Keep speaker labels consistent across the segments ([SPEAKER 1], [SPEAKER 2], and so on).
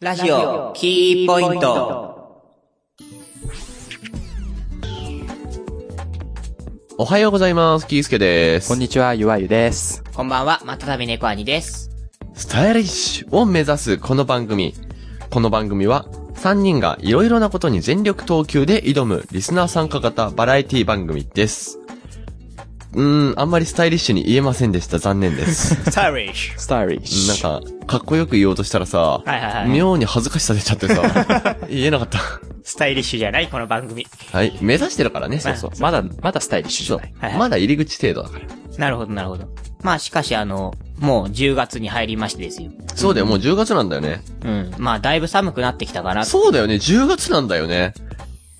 [SPEAKER 1] ラジオキーポイント。
[SPEAKER 2] おはようございます。キースケです。
[SPEAKER 3] こんにちは、ゆわゆです。
[SPEAKER 1] こんばんは、またたび猫兄です。
[SPEAKER 2] スタイリッシュを目指すこの番組。この番組は、3人がいろいろなことに全力投球で挑むリスナー参加型バラエティ番組です。うーん、あんまりスタイリッシュに言えませんでした。残念です。
[SPEAKER 1] スタイリッシュ。
[SPEAKER 3] スタイリッシュ。
[SPEAKER 2] なんか、かっこよく言おうとしたらさ、
[SPEAKER 1] はいはいはい
[SPEAKER 2] 妙に恥ずかしさ出ちゃってさ、言えなかった。
[SPEAKER 1] スタイリッシュじゃないこの番組。
[SPEAKER 2] はい、目指してるからね、そうそう。
[SPEAKER 3] まだ、まだスタイリッシュじ
[SPEAKER 2] そ
[SPEAKER 3] ゃ
[SPEAKER 2] う
[SPEAKER 3] ない。
[SPEAKER 1] はいはい
[SPEAKER 2] まだ入り口程度だから。
[SPEAKER 1] なるほどなるほど。まあしかしあの、もう10月に入りましてですよ。
[SPEAKER 2] そうだよ、もう10月なんだよね。
[SPEAKER 1] うん。まあだいぶ寒くなってきたかな。
[SPEAKER 2] そうだよね、10月なんだよね。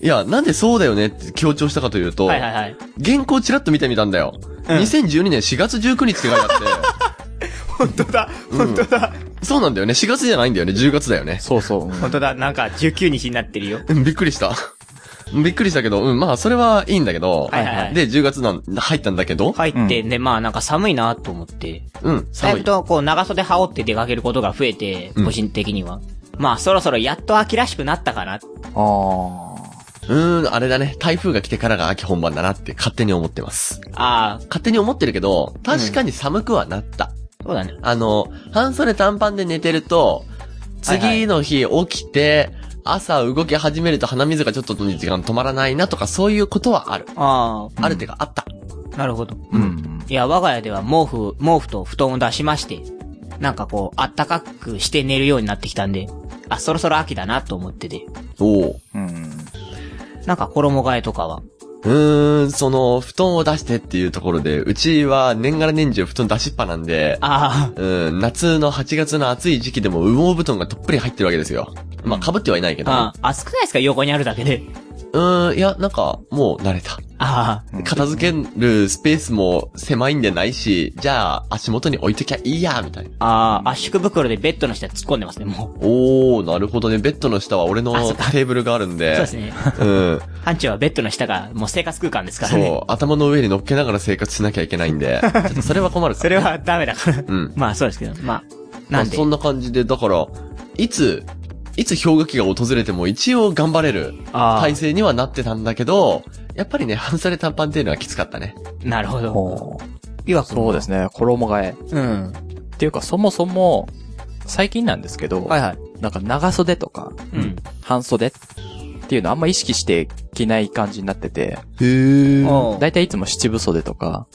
[SPEAKER 2] いや、なんでそうだよねって強調したかというと、
[SPEAKER 1] はいはいはい。
[SPEAKER 2] 原稿ちらっと見てみたんだよ。2012年4月19日って書いてあ っ
[SPEAKER 1] 本当だ、本当だ、
[SPEAKER 2] て、そうなんだよね、4月じゃないんだよね、10月だよね。
[SPEAKER 3] そうそう。 うん
[SPEAKER 1] 本当だ、なんか19日になってるよ。
[SPEAKER 2] うんびっくりした。びっくりしたけど、うん、まあ、それはいいんだけど、
[SPEAKER 1] はいはい
[SPEAKER 2] で、10月なん、入ったんだけど、
[SPEAKER 1] 入って、で、まあなんか寒いなと思って。
[SPEAKER 2] うん、
[SPEAKER 1] だい
[SPEAKER 2] 寒
[SPEAKER 1] ぶ
[SPEAKER 2] い。
[SPEAKER 1] と、こう、長袖羽織って出かけることが増えて、
[SPEAKER 2] うん
[SPEAKER 1] 個人的には。まあ、そろそろやっと秋らしくなったかな。
[SPEAKER 3] あ
[SPEAKER 2] うーん、あれだね、台風が来てからが秋本番だなって勝手に思ってます。
[SPEAKER 1] ああ、
[SPEAKER 2] 勝手に思ってるけど、確かに寒くはなった。
[SPEAKER 1] そうだね。
[SPEAKER 2] あの、半袖短パンで寝てると、次の日起きて、朝動き始めると鼻水がちょっと時間止まらないなとかそういうことはある。
[SPEAKER 1] あ
[SPEAKER 2] あるてかあった。
[SPEAKER 1] あ、なるほど。
[SPEAKER 3] ーうん。
[SPEAKER 1] いや、我が家では毛布、毛布と布団を出しまして、なんかこう、あったかくして寝るようになってきたんで、あ、そろそろ秋だなと思ってて。
[SPEAKER 2] おう。
[SPEAKER 3] うん。
[SPEAKER 1] なんか衣替えとかは。
[SPEAKER 2] うーん、その、布団を出してっていうところで、うちは年がら年中布団出しっぱなんで、
[SPEAKER 1] あ
[SPEAKER 2] うん、夏の8月の暑い時期でも羽毛布団がとっぷり入ってるわけですよ。まあ、被ってはいないけど。
[SPEAKER 1] あ、ああ、暑くないですか横にあるだけで。
[SPEAKER 2] うーん、いや、なんか、もう慣れた。
[SPEAKER 1] あ
[SPEAKER 3] うん
[SPEAKER 2] 片付けるスペースも狭いんでないし、じゃあ、足元に置いときゃいいや、みたいな。
[SPEAKER 1] あ、ああ、圧縮袋でベッドの下に突っ込んでますね、もう。
[SPEAKER 2] おー、なるほどね。ベッドの下は俺の
[SPEAKER 1] あそっか
[SPEAKER 2] テーブルがあるんで。
[SPEAKER 1] そうですね。
[SPEAKER 2] うん。
[SPEAKER 1] 班長はベッドの下が、もう生活空間ですからね。
[SPEAKER 2] そう。頭の上に乗っけながら生活しなきゃいけないんで。ちょっとそれは困るから。
[SPEAKER 1] それはダメだから。
[SPEAKER 2] ん
[SPEAKER 1] まあそうですけど、まあ、
[SPEAKER 2] ま
[SPEAKER 1] な
[SPEAKER 2] あ、
[SPEAKER 1] んで。
[SPEAKER 2] そんな感じで、だから、いつ、いつ氷河期が訪れても一応頑張れる
[SPEAKER 1] あ
[SPEAKER 2] 体制にはなってたんだけど、やっぱりね、半袖短パンっていうのはきつかったね。
[SPEAKER 1] なるほど。
[SPEAKER 3] ほう
[SPEAKER 1] いわ。
[SPEAKER 3] そうですすね、衣替え。
[SPEAKER 1] うん。
[SPEAKER 3] っていうか、そもそも、最近なんですけど、
[SPEAKER 1] はいはい。
[SPEAKER 3] なんか長袖とか、
[SPEAKER 1] うん。
[SPEAKER 3] 半袖っていうのあんま意識して着ない感じになってて、
[SPEAKER 2] へー。
[SPEAKER 1] おう
[SPEAKER 3] だいたいいつも七分袖とか、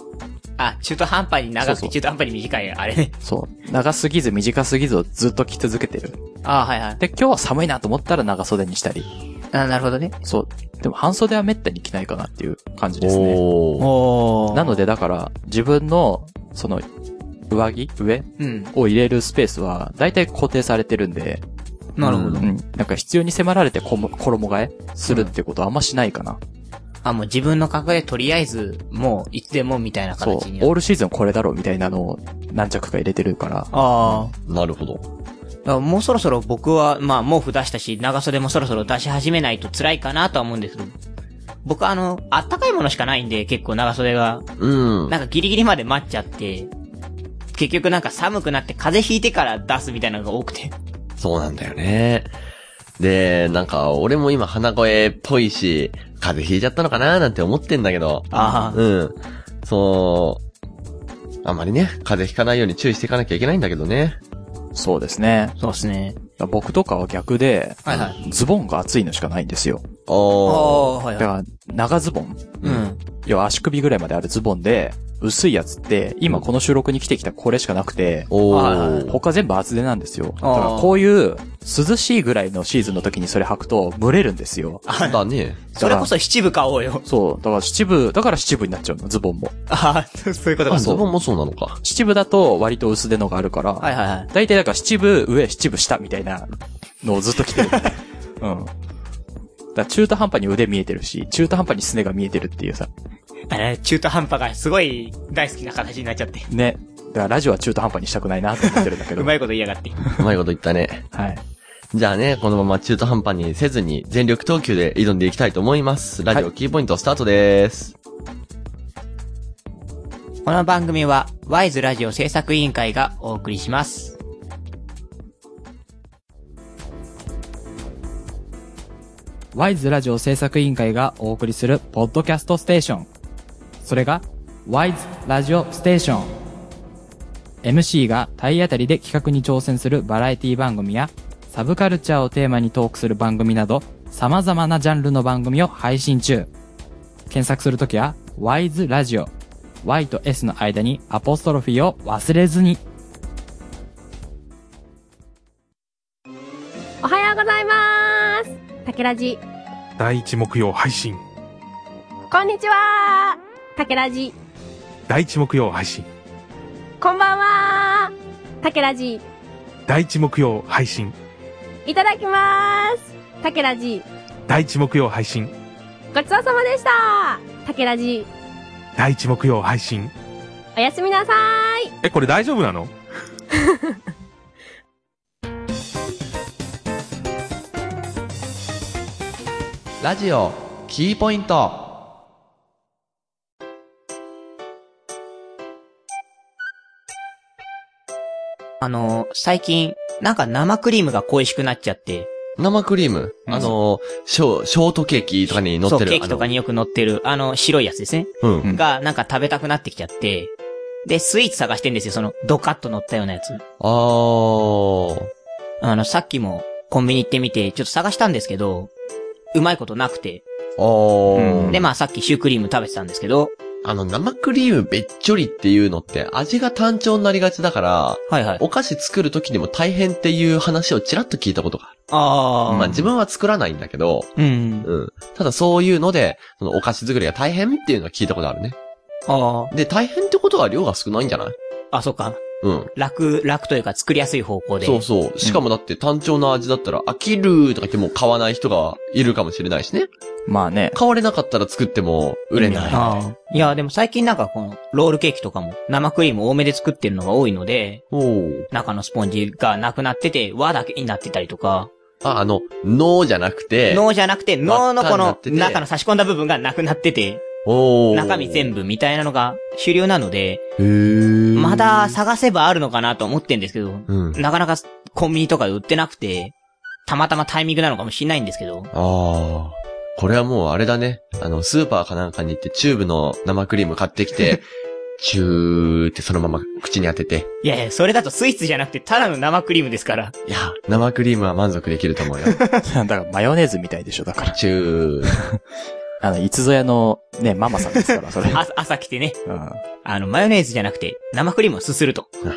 [SPEAKER 1] あ、中途半端に長く
[SPEAKER 3] そうそ
[SPEAKER 1] て
[SPEAKER 3] う
[SPEAKER 1] 中途半端に短い、あれね。
[SPEAKER 3] そう、長すぎず短すぎずをずっと着続けてる。
[SPEAKER 1] ああ、はいはい。
[SPEAKER 3] で、今日は寒いなと思ったら長袖にしたり、
[SPEAKER 1] あなるほどね。
[SPEAKER 3] そう。でも半袖はめったに着ないかなっていう感じですね。
[SPEAKER 2] おー。
[SPEAKER 1] お
[SPEAKER 3] なのでだから、自分の、その、上着上
[SPEAKER 1] うん。
[SPEAKER 3] を入れるスペースは、だいたい固定されてるんで、
[SPEAKER 1] なるほ
[SPEAKER 3] う
[SPEAKER 1] ど。
[SPEAKER 3] ん。なんか必要に迫られてこも衣替えするってことはあんましないかな。
[SPEAKER 1] あ、もう自分の格好でとりあえず、もう、いつでもみたいな
[SPEAKER 3] そう。オ
[SPEAKER 1] 形になる。
[SPEAKER 3] ールシーズンこれだろうみたいなのを何着か入れてるから。
[SPEAKER 1] あ
[SPEAKER 2] なるほど。
[SPEAKER 1] あ。だからもうそろそろ僕は、まあ、毛布出したし、長袖もそろそろ出し始めないと辛いかなとは思うんですけど、僕はあの、あったかいものしかないんで、結構長袖が
[SPEAKER 2] うん。
[SPEAKER 1] なんかギリギリまで待っちゃって、結局なんか寒くなって風邪ひいてから出すみたいなのが多くて。
[SPEAKER 2] そうなんだよね。で、なんか、俺も今鼻声っぽいし、風邪ひいちゃったのかななんて思ってんだけど。
[SPEAKER 1] ああ
[SPEAKER 2] うん。そう、あまりね、風邪ひかないように注意していかなきゃいけないんだけどね。
[SPEAKER 3] そうですね。
[SPEAKER 1] そうですね。
[SPEAKER 3] 僕とかは逆で、
[SPEAKER 1] はいは
[SPEAKER 3] ズボンが厚いのしかないんですよ。
[SPEAKER 2] おー。
[SPEAKER 1] あ、はい
[SPEAKER 3] だから、長ズボン
[SPEAKER 1] うん。
[SPEAKER 3] 要は足首ぐらいまであるズボンで、薄いやつって、今この収録に来てきたこれしかなくて、
[SPEAKER 2] お
[SPEAKER 1] はいはい
[SPEAKER 2] ー。
[SPEAKER 3] 他全部厚手なんですよ。だか
[SPEAKER 1] あー
[SPEAKER 3] らこういう涼しいぐらいのシーズンの時にそれ履くと蒸れるんですよ。
[SPEAKER 2] そうだね。
[SPEAKER 1] それこそ七部買おうよ。
[SPEAKER 3] そう。だから七分、だから七分になっちゃうの、ズボンも。
[SPEAKER 1] ああ、 そういうこと
[SPEAKER 2] あ、
[SPEAKER 3] そう
[SPEAKER 2] ズボンもそうなのか。
[SPEAKER 3] 七分だと割と薄手のがあるから、
[SPEAKER 1] はいはいはい。
[SPEAKER 3] 大体だから七分上、七分下みたいなのをずっと着てる。うん。だから中途半端に腕見えてるし、中途半端にすねが見えてるっていうさ。
[SPEAKER 1] あれ、中途半端がすごい大好きな形になっち ゃって。
[SPEAKER 3] ね。だからラジオは中途半端にしたくないなと思ってるんだけ ど。
[SPEAKER 1] うまいこと言いやがって。
[SPEAKER 2] うまいこと言ったね。
[SPEAKER 3] はい。
[SPEAKER 2] じゃあね、このまま中途半端にせずに全力投球で挑んでいきたいと思います。ラジ
[SPEAKER 3] は
[SPEAKER 2] オキーポイントスタートです。
[SPEAKER 1] この番組は、ワイズラジオ制作委員会がお送りします。
[SPEAKER 4] ワイズラジオ制作委員会がお送りするポッドキャストステーション。それが、ワイズラジオステーション。MC が体当たりで企画に挑戦するバラエティ番組や、サブカルチャーをテーマにトークする番組など、様々なジャンルの番組を配信中。検索するときは、ワイズラジオ。Y と S の間にアポストロフィーを忘れずに。
[SPEAKER 5] おはようございます。たけらじ。
[SPEAKER 6] 第一木曜配信。
[SPEAKER 5] こんにちは。たけらじ。
[SPEAKER 6] 第一木曜配信。
[SPEAKER 5] こんばんは。たけらじ。
[SPEAKER 6] 第一木曜配信。
[SPEAKER 5] いただきます。たけらじ。
[SPEAKER 6] 第一木曜配信。
[SPEAKER 5] ごちそうさまでした。たけらじ。
[SPEAKER 6] 第一木曜配信。
[SPEAKER 5] おやすみなさい。
[SPEAKER 6] え、これ大丈夫なの
[SPEAKER 2] ラジオキーポイント
[SPEAKER 1] あの、最近、なんか生クリームが恋しくなっちゃって、
[SPEAKER 2] 生クリーム、
[SPEAKER 3] うん
[SPEAKER 2] あの、ショショートケーキとかに乗
[SPEAKER 1] そう、
[SPEAKER 2] ってる。
[SPEAKER 1] ケーキとかによく乗ってる、あの、白いやつですね。
[SPEAKER 2] あの。うん。
[SPEAKER 3] うん
[SPEAKER 1] が、なんか食べたくなってきちゃって、で、スイーツ探してんですよ、その、ドカッと乗ったようなやつ。
[SPEAKER 2] あー。
[SPEAKER 1] あの、さっきも、コンビニ行ってみて、ちょっと探したんですけど、うまいことなくて。
[SPEAKER 2] あー。
[SPEAKER 3] うん
[SPEAKER 1] で、まあ、さっきシュークリーム食べてたんですけど、
[SPEAKER 2] あの、生クリームべっちょりっていうのって味が単調になりがちだから、
[SPEAKER 1] はいはい。
[SPEAKER 2] お菓子作る時にも大変っていう話をちらっと聞いたことがある。
[SPEAKER 1] あー。
[SPEAKER 2] まあ自分は作らないんだけど、
[SPEAKER 1] うん。
[SPEAKER 2] うん。ただそういうので、そのお菓子作りが大変っていうのは聞いたことあるね。
[SPEAKER 1] あ
[SPEAKER 2] で、大変ってことは量が少ないんじゃない
[SPEAKER 1] あ。あ、そっか。
[SPEAKER 2] うん。
[SPEAKER 1] 楽、楽というか作りやすい方向で。
[SPEAKER 2] そうそう。しかもだって単調な味だったら飽きるとか言ってもう買わない人がいるかもしれないしね。
[SPEAKER 3] まあね。
[SPEAKER 2] 買われなかったら作っても売れない。
[SPEAKER 1] ああ。いや、でも最近なんかこの、ロールケーキとかも、生クリーム多めで作ってるのが多いので、
[SPEAKER 2] おー
[SPEAKER 1] 中のスポンジがなくなってて、和だけになってたりとか、
[SPEAKER 2] あ、あの、脳じゃなくて、
[SPEAKER 1] 脳じゃなくて、
[SPEAKER 2] 輪
[SPEAKER 1] 脳
[SPEAKER 2] っ
[SPEAKER 1] のこ
[SPEAKER 2] か
[SPEAKER 1] の、
[SPEAKER 2] になってて
[SPEAKER 1] 中の差し込んだ部分がなくなってて、
[SPEAKER 2] おー
[SPEAKER 1] 中身全部みたいなのが主流なので、
[SPEAKER 2] へー
[SPEAKER 1] まだ探せばあるのかなと思ってんですけど、
[SPEAKER 2] うん。
[SPEAKER 1] なかなかコンビニとかで売ってなくて、たまたまタイミングなのかもしれないんですけど、
[SPEAKER 2] ああ。これはもうあれだね。あの、スーパーかなんかに行ってチューブの生クリーム買って きて、チューってそのまま口に当てて。
[SPEAKER 1] いやいや、それだとスイーツじゃなくてただの生クリームですから。
[SPEAKER 2] いや、生クリームは満足できる と思うよ。
[SPEAKER 3] だからマヨネーズみたいでしょ、だから。
[SPEAKER 2] チュー。
[SPEAKER 3] あの、いつぞやの、ね、ママさんですから、それ。
[SPEAKER 1] あ朝来てね、
[SPEAKER 3] うん。
[SPEAKER 1] あの、マヨネーズじゃなくて、生クリームをすすると
[SPEAKER 2] うん。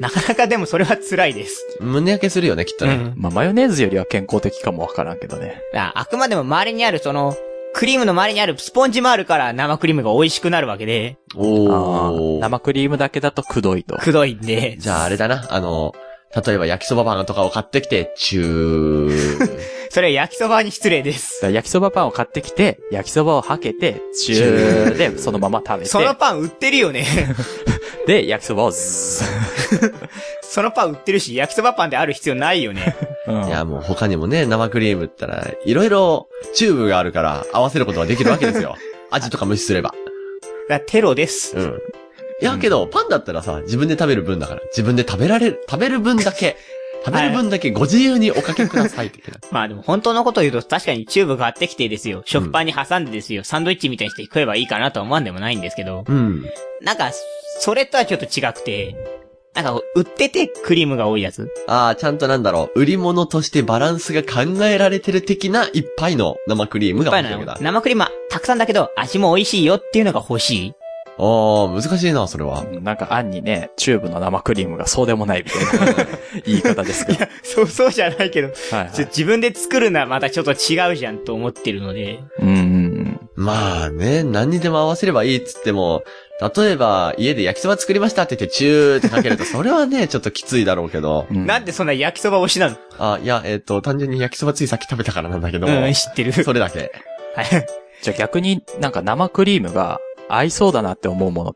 [SPEAKER 1] なかなかでもそれは辛いです。
[SPEAKER 2] 胸焼けするよね、きっとね。
[SPEAKER 3] まあ、マヨネーズよりは健康的かもわからんけどね。
[SPEAKER 1] ああくまでも周りにあるその、クリームの周りにあるスポンジもあるから生クリームが美味しくなるわけで、
[SPEAKER 3] あ
[SPEAKER 2] お
[SPEAKER 3] ー
[SPEAKER 2] ー。
[SPEAKER 3] 生クリームだけだとくどいと。
[SPEAKER 1] くどいんで。
[SPEAKER 2] じゃああれだな。あの、例えば焼きそばパンとかを買ってきて、チュー。
[SPEAKER 1] それは焼きそばに失礼です。
[SPEAKER 3] だから焼きそばパンを買ってきて、焼きそばをはけて、チューで、そのまま食 べ
[SPEAKER 1] その
[SPEAKER 3] て、
[SPEAKER 1] パン売ってるよ ね。
[SPEAKER 3] で、焼きそばをズー。
[SPEAKER 1] そのパン売ってるし、焼きそばパンである必要ないよね。
[SPEAKER 3] うん
[SPEAKER 2] いや、もう他にもね、生クリームって言ったら、いろいろチューブがあるから合わせることができるわけです よ。味とか無視すれば。
[SPEAKER 1] だからテロです。
[SPEAKER 2] うん。いやけど、パンだったらさ、自分で食べる分だから、自分で食べられる、食べる分だ け、食べる分だけご自由におかけくださいって。
[SPEAKER 1] まあでも本当のことを言うと確かにチューブ買ってきてですよ。食パンに挟んでですよ。サンドイッチみたいにして食えばいいかなとは思わんでもないんですけど。
[SPEAKER 2] うん。
[SPEAKER 1] なんか、それとはちょっと違くて、なんかこう売っててクリームが多いやつ。
[SPEAKER 2] ああ、ちゃんとなんだろう、売り物としてバランスが考えられてる的な一杯の生クリーム
[SPEAKER 1] いっ
[SPEAKER 2] が
[SPEAKER 1] ぱい
[SPEAKER 2] 欲しい
[SPEAKER 1] な
[SPEAKER 2] わけだ
[SPEAKER 1] の。。生クリームはたくさんだけど、味も美味しいよっていうのが欲しい。
[SPEAKER 2] ああ、難しいな、それは。
[SPEAKER 3] なんか、あんにね、チューブの生クリームがそうでもないみた いな言い方ですけど。は
[SPEAKER 1] そう、そうじゃないけど、
[SPEAKER 3] いは
[SPEAKER 1] ちょ
[SPEAKER 3] い。
[SPEAKER 1] 自分で作るのはまたちょっと違うじゃんと思ってるので。
[SPEAKER 3] うんうん
[SPEAKER 2] まあね、何にでも合わせればいいっつっても、例えば、家で焼きそば作りましたって言って、チューってかけると、それは ね、ちょっときついだろうけど。
[SPEAKER 3] うん。
[SPEAKER 1] なんでそんな焼きそば推しなの
[SPEAKER 2] あ、いや、えっ、と、単純に焼きそばついさっき食べたからなんだけど、
[SPEAKER 1] うん、知ってる。
[SPEAKER 2] それだけ。
[SPEAKER 1] はい。
[SPEAKER 3] じゃあ逆になんか生クリームが合いそうだなって思うもの。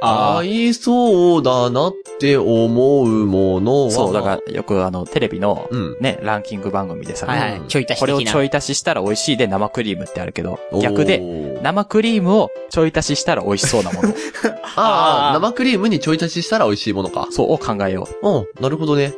[SPEAKER 2] 合いそうだなって思うものは。
[SPEAKER 3] そう、だからよくあの、テレビの
[SPEAKER 2] うん。
[SPEAKER 3] ね、ランキング番組でさ、
[SPEAKER 1] はいはい。ちょい足し
[SPEAKER 3] これを
[SPEAKER 1] 的
[SPEAKER 3] ち
[SPEAKER 1] な。
[SPEAKER 3] ょい足ししたら美味しいで生クリームってあるけど、
[SPEAKER 2] おー
[SPEAKER 3] 逆で、。生クリームをちょい足ししたら美味しそうなもの。
[SPEAKER 2] ああ、
[SPEAKER 1] あー
[SPEAKER 2] 生クリームにちょい足ししたら美味しいものか。
[SPEAKER 3] そうを考えよう。
[SPEAKER 2] うん、なるほどね。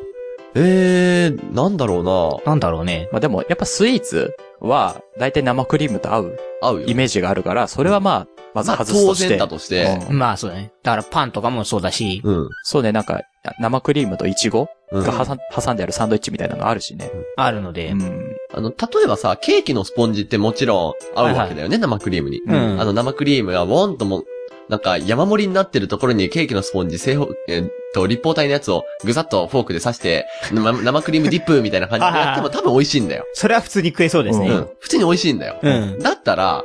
[SPEAKER 2] えー、なんだろう
[SPEAKER 1] なんだろうね。
[SPEAKER 3] まあでも、やっぱスイーツは、大体生クリームと合う
[SPEAKER 2] 合うよ。
[SPEAKER 3] イメージがあるから、それはまあ、まず
[SPEAKER 2] まあ
[SPEAKER 3] 外す
[SPEAKER 2] 当
[SPEAKER 3] として。
[SPEAKER 2] 然だとして。
[SPEAKER 3] うん
[SPEAKER 1] まあそうだね。だからパンとかもそうだし、
[SPEAKER 2] うん。
[SPEAKER 3] そうね、なんか、生クリームとイチゴ
[SPEAKER 2] うん
[SPEAKER 3] が挟ん挟んであるサンドイッチみたいなのあるしね。
[SPEAKER 1] あるので
[SPEAKER 3] う。ん。
[SPEAKER 2] あの、例えばさ、ケーキのスポンジってもちろん合うわけだよね、生クリームに。
[SPEAKER 1] う
[SPEAKER 3] うん
[SPEAKER 1] ん。
[SPEAKER 2] あの、生クリームがウォンとも、なんか山盛りになってるところにケーキのスポンジ正方、えーっと、立方体のやつをぐさっとフォークで刺して、生 生クリームディップみたいな感じでやっても多分美味しいんだよ。
[SPEAKER 1] それは普通に食えそうです
[SPEAKER 2] う
[SPEAKER 1] ね。
[SPEAKER 3] ん
[SPEAKER 2] ん。普通に美味しいんだよ。
[SPEAKER 1] うん
[SPEAKER 2] だったら、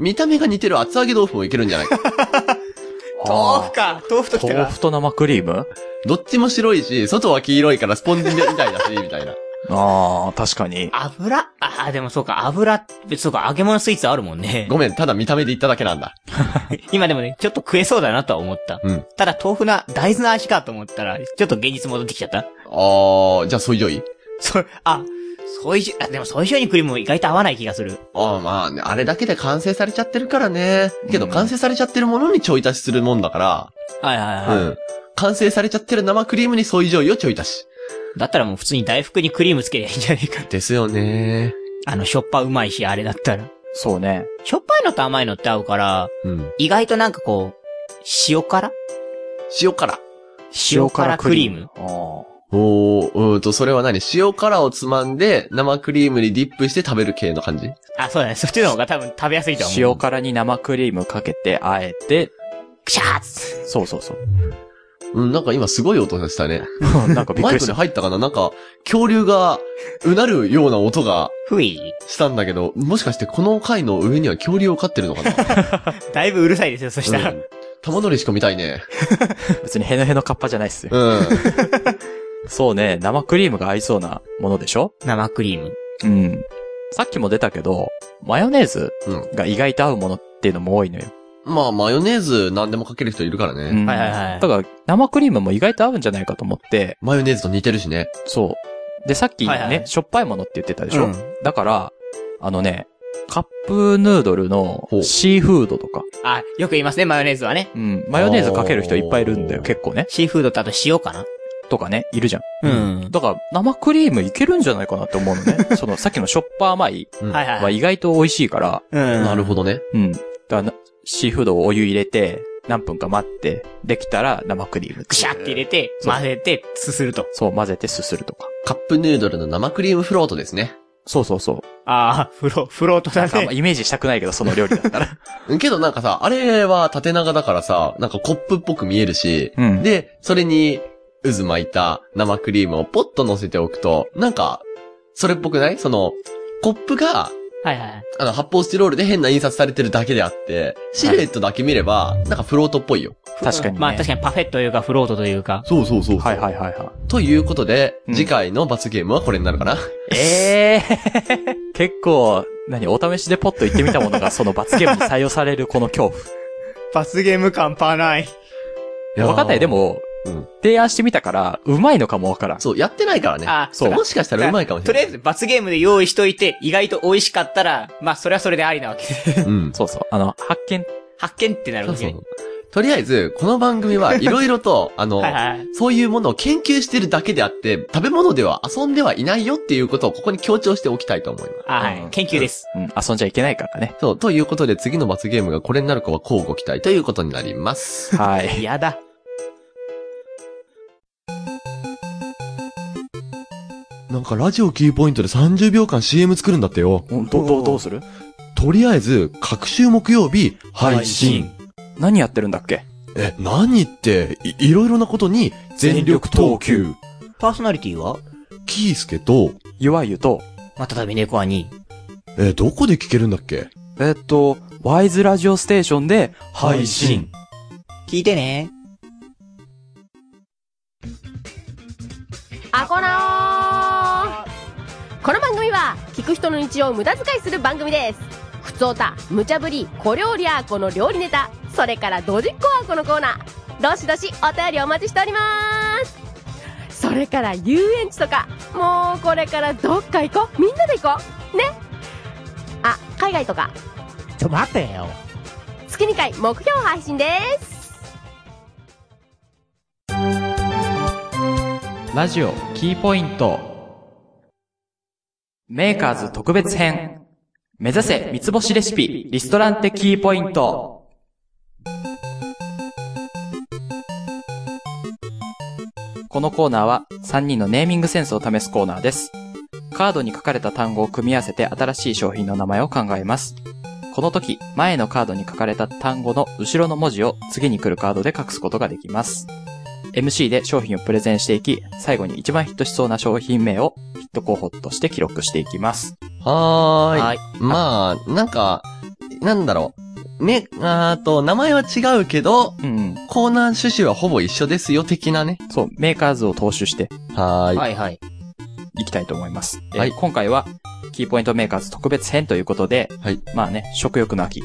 [SPEAKER 2] 見た目が似てる厚揚げ豆腐もいけるんじゃないか。
[SPEAKER 1] 豆腐か豆腐ときた
[SPEAKER 3] 豆
[SPEAKER 1] か
[SPEAKER 3] 腐と生クリーム
[SPEAKER 2] どっちも白いし、外は黄色いからスポンジみたいだし、みたいな。
[SPEAKER 3] ああ、確かに。
[SPEAKER 1] 油ああ、でもそうか、油、そうか、揚げ物スイーツあるもんね。
[SPEAKER 2] ごめん、ただ見た目で言っただけなんだ。
[SPEAKER 1] 今でもね、ちょっと食えそうだなとは思った。
[SPEAKER 2] うん
[SPEAKER 1] ただ豆腐な、大豆の味かと思ったら、ちょっと現実戻ってきちゃった。
[SPEAKER 2] あー、じゃあ、ソイジョイ
[SPEAKER 1] そ、あ、そういう、あ、でもそういうにクリームも意外と合わない気がする。
[SPEAKER 2] ああ、まあね、あれだけで完成されちゃってるからね。けど、
[SPEAKER 3] うん
[SPEAKER 2] 完成されちゃってるものにちょい足しするもんだか
[SPEAKER 1] はいはい
[SPEAKER 2] ら、
[SPEAKER 1] はい。
[SPEAKER 2] うん。完成されちゃってる生クリームにソイジョイをちょい足し。
[SPEAKER 1] だったらもう普通に大福にクリームつけりゃいいんじゃない か。
[SPEAKER 2] ですよね
[SPEAKER 1] あの、しょっぱうまいし、あれだったら。
[SPEAKER 3] そうね。
[SPEAKER 1] しょっぱいのと甘いのって合うから、
[SPEAKER 2] うん。
[SPEAKER 1] 意外となんかこう、塩辛
[SPEAKER 2] 塩辛。
[SPEAKER 1] 塩辛クリーム。
[SPEAKER 3] あー
[SPEAKER 2] おー、うーんと、それは何塩辛をつまんで、生クリームにディップして食べる系の感じ
[SPEAKER 1] あ、そうだね。そっちの方が多分食べやすいと思う。
[SPEAKER 3] 塩辛に生クリームかけて、あえて、
[SPEAKER 1] クシャーツ
[SPEAKER 3] そうそうそう。
[SPEAKER 2] うん、なんか今すごい音がしたね。
[SPEAKER 3] なんかびっ
[SPEAKER 2] マ
[SPEAKER 3] く
[SPEAKER 2] イ
[SPEAKER 3] りし
[SPEAKER 2] クで
[SPEAKER 3] た。
[SPEAKER 2] 入ったかななんか、恐竜が、うなるような音が
[SPEAKER 1] ふい。
[SPEAKER 2] したんだけど、もしかしてこの回の上には恐竜を飼ってるのかな
[SPEAKER 1] だいぶうるさいですよ、そしたら。
[SPEAKER 2] うん玉乗りしか見たいね。
[SPEAKER 3] 別にヘノヘノカッパじゃないっすよ。
[SPEAKER 2] うん。
[SPEAKER 3] そうね、生クリームが合いそうなものでしょ
[SPEAKER 1] 生クリーム。
[SPEAKER 3] うん。さっきも出たけど、マヨネーズ
[SPEAKER 2] うん
[SPEAKER 3] が意外と合うものっていうのも多いのよ。
[SPEAKER 2] まあ、マヨネーズ何でもかける人いるからね。
[SPEAKER 3] うん
[SPEAKER 1] はいはいはい
[SPEAKER 3] だから、生クリームも意外と合うんじゃないかと思って、
[SPEAKER 2] マヨネーズと似てるしね。
[SPEAKER 3] そう。で、さっきね、
[SPEAKER 1] はいはい
[SPEAKER 3] しょっぱいものって言ってたでしょ、
[SPEAKER 1] うん
[SPEAKER 3] だから、あのね、カップヌードルの
[SPEAKER 2] ほう
[SPEAKER 3] シーフードとか、
[SPEAKER 1] あ、よく言いますね、マヨネーズはね。
[SPEAKER 3] うん、マヨネーズかける人いっぱいいるんだよ、
[SPEAKER 2] おー
[SPEAKER 3] 結構ね。
[SPEAKER 1] シーフードとあと塩かな
[SPEAKER 3] とかね、いるじゃん。
[SPEAKER 1] うん。
[SPEAKER 3] だから、生クリームいけるんじゃないかなって思うのね。その、さっきのしょっぱ甘い
[SPEAKER 2] うん
[SPEAKER 1] はいはい
[SPEAKER 3] は
[SPEAKER 1] はい。
[SPEAKER 3] 意外と美味しいから、
[SPEAKER 1] うん。
[SPEAKER 2] なるほ
[SPEAKER 1] ど。
[SPEAKER 2] どね。
[SPEAKER 3] うん。だからな、シーフードをお湯入れて、何分か待って、できたら生クリーム。
[SPEAKER 1] くしゃって入れ
[SPEAKER 3] て。
[SPEAKER 1] て、
[SPEAKER 3] そう
[SPEAKER 1] 混ぜて、すすると。
[SPEAKER 3] そう、混ぜてすするとか。
[SPEAKER 2] カップヌードルの生クリームフロートですね。
[SPEAKER 3] そうそうそう。
[SPEAKER 1] ああ、フロ、フロートだ
[SPEAKER 3] なんかあんま
[SPEAKER 1] ね。
[SPEAKER 3] イメージしたくないけど、その料理だったら。
[SPEAKER 2] うんけどなんかさ、あれは縦長だからさ、なんかコップっぽく見えるし、
[SPEAKER 3] うん
[SPEAKER 2] で、それに渦巻いた生クリームをポッと乗せておくと、なんか、それっぽくないその、コップが、
[SPEAKER 1] はいはい。
[SPEAKER 2] あの、発泡スチロールで変な印刷されてるだけであって、シルエットだけ見れば、なんかフロートっぽいよ。
[SPEAKER 3] 確かにね
[SPEAKER 1] まあ確かにパフェというかフロートというか。
[SPEAKER 2] そうそうそう。
[SPEAKER 3] はいはいはいはい
[SPEAKER 2] ということで、
[SPEAKER 3] うん
[SPEAKER 2] 次回の罰ゲームはこれになるかな。
[SPEAKER 3] い。ええ 結構、何、お試しでポッと行ってみたものが、その罰ゲームに採用されるこの恐
[SPEAKER 1] 罰ゲーム感パーない。
[SPEAKER 3] 怖。わかんない。で、も、
[SPEAKER 2] うん
[SPEAKER 3] 提案してみたから、うまいのかもわからん。
[SPEAKER 2] そう、やってないからね。
[SPEAKER 1] あ
[SPEAKER 2] そう。
[SPEAKER 1] そう
[SPEAKER 2] もしかしたらうまいかもし
[SPEAKER 1] と
[SPEAKER 2] れな
[SPEAKER 1] りあ
[SPEAKER 2] い。
[SPEAKER 1] えず罰ゲームで用意しといて、意外と美味しかったら、まあそれはそれでありなわけで。
[SPEAKER 2] とりあえず、うん。
[SPEAKER 3] そうそう。あの、発見。
[SPEAKER 1] 発見ってなる
[SPEAKER 2] そ
[SPEAKER 1] わ
[SPEAKER 2] うそ
[SPEAKER 1] け
[SPEAKER 2] う。とりあえず、この番組 はいろいろと、あの
[SPEAKER 1] は、いはい。
[SPEAKER 2] そういうものを研究してるだけであって、食べ物では遊んではいないよっていうことをここに強調しておきたいと思います。
[SPEAKER 1] あは
[SPEAKER 3] うん
[SPEAKER 1] い。研究です。
[SPEAKER 3] うん、遊んじゃいけないからね。
[SPEAKER 2] そう、ということで次の罰ゲームがこれになるかは交互期待ということになります。
[SPEAKER 3] はい。
[SPEAKER 1] やだ。
[SPEAKER 2] なんかラジオキーポイントで30秒間 CM 作るんだってよ。
[SPEAKER 3] ど、ど、どうする
[SPEAKER 2] とりあえず、各週木曜日、配
[SPEAKER 1] 信。
[SPEAKER 3] 何やってるんだっけ
[SPEAKER 2] え、何って、い、いろいろなことに、全力投球。
[SPEAKER 1] パーソナリティは
[SPEAKER 2] キースケと、
[SPEAKER 3] ゆわゆと、
[SPEAKER 1] またたび猫はに。
[SPEAKER 2] え、どこで聞けるんだっけ
[SPEAKER 3] えっと、ワイズラジオステーションで配信。
[SPEAKER 1] 聞いてね。
[SPEAKER 5] アコナオこの番組は聞く人の日常を無駄遣いする番組ですふつおた無茶ぶり小料理アーコの料理ネタそれからドジっ子アーコのコーナーどしどしお便りお待ちしておりますそれから遊園地とかもうこれからどっか行こうみんなで行こうねあ海外とか
[SPEAKER 1] ちょ、待てよ。
[SPEAKER 5] 月2回目標配信です
[SPEAKER 4] ラジオキーポイント
[SPEAKER 3] メーカーズ特別編。目指せ三つ星レシピ、リストランテキーポイント。このコーナーは3人のネーミングセンスを試すコーナーです。カードに書かれた単語を組み合わせて新しい商品の名前を考えます。この時、前のカードに書かれた単語の後ろの文字を次に来るカードで隠すことができます。MC で商品をプレゼンしていき、最後に一番ヒットしそうな商品名をヒット候補として記録していきます。
[SPEAKER 2] はーい。
[SPEAKER 1] はい。
[SPEAKER 2] まあ、なんか、なんだろう。ね、あーと、名前は違うけど、
[SPEAKER 3] うんうん。
[SPEAKER 2] コーナー趣旨はほぼ一緒ですよ、的なね。
[SPEAKER 3] そう、メーカーズを踏襲して
[SPEAKER 2] はーい。
[SPEAKER 1] はいはい。
[SPEAKER 3] いきたいと思います。えー
[SPEAKER 2] はい
[SPEAKER 3] 今回は、キーポイントメーカーズ特別編ということで、
[SPEAKER 2] はい
[SPEAKER 3] まあね、食欲の秋。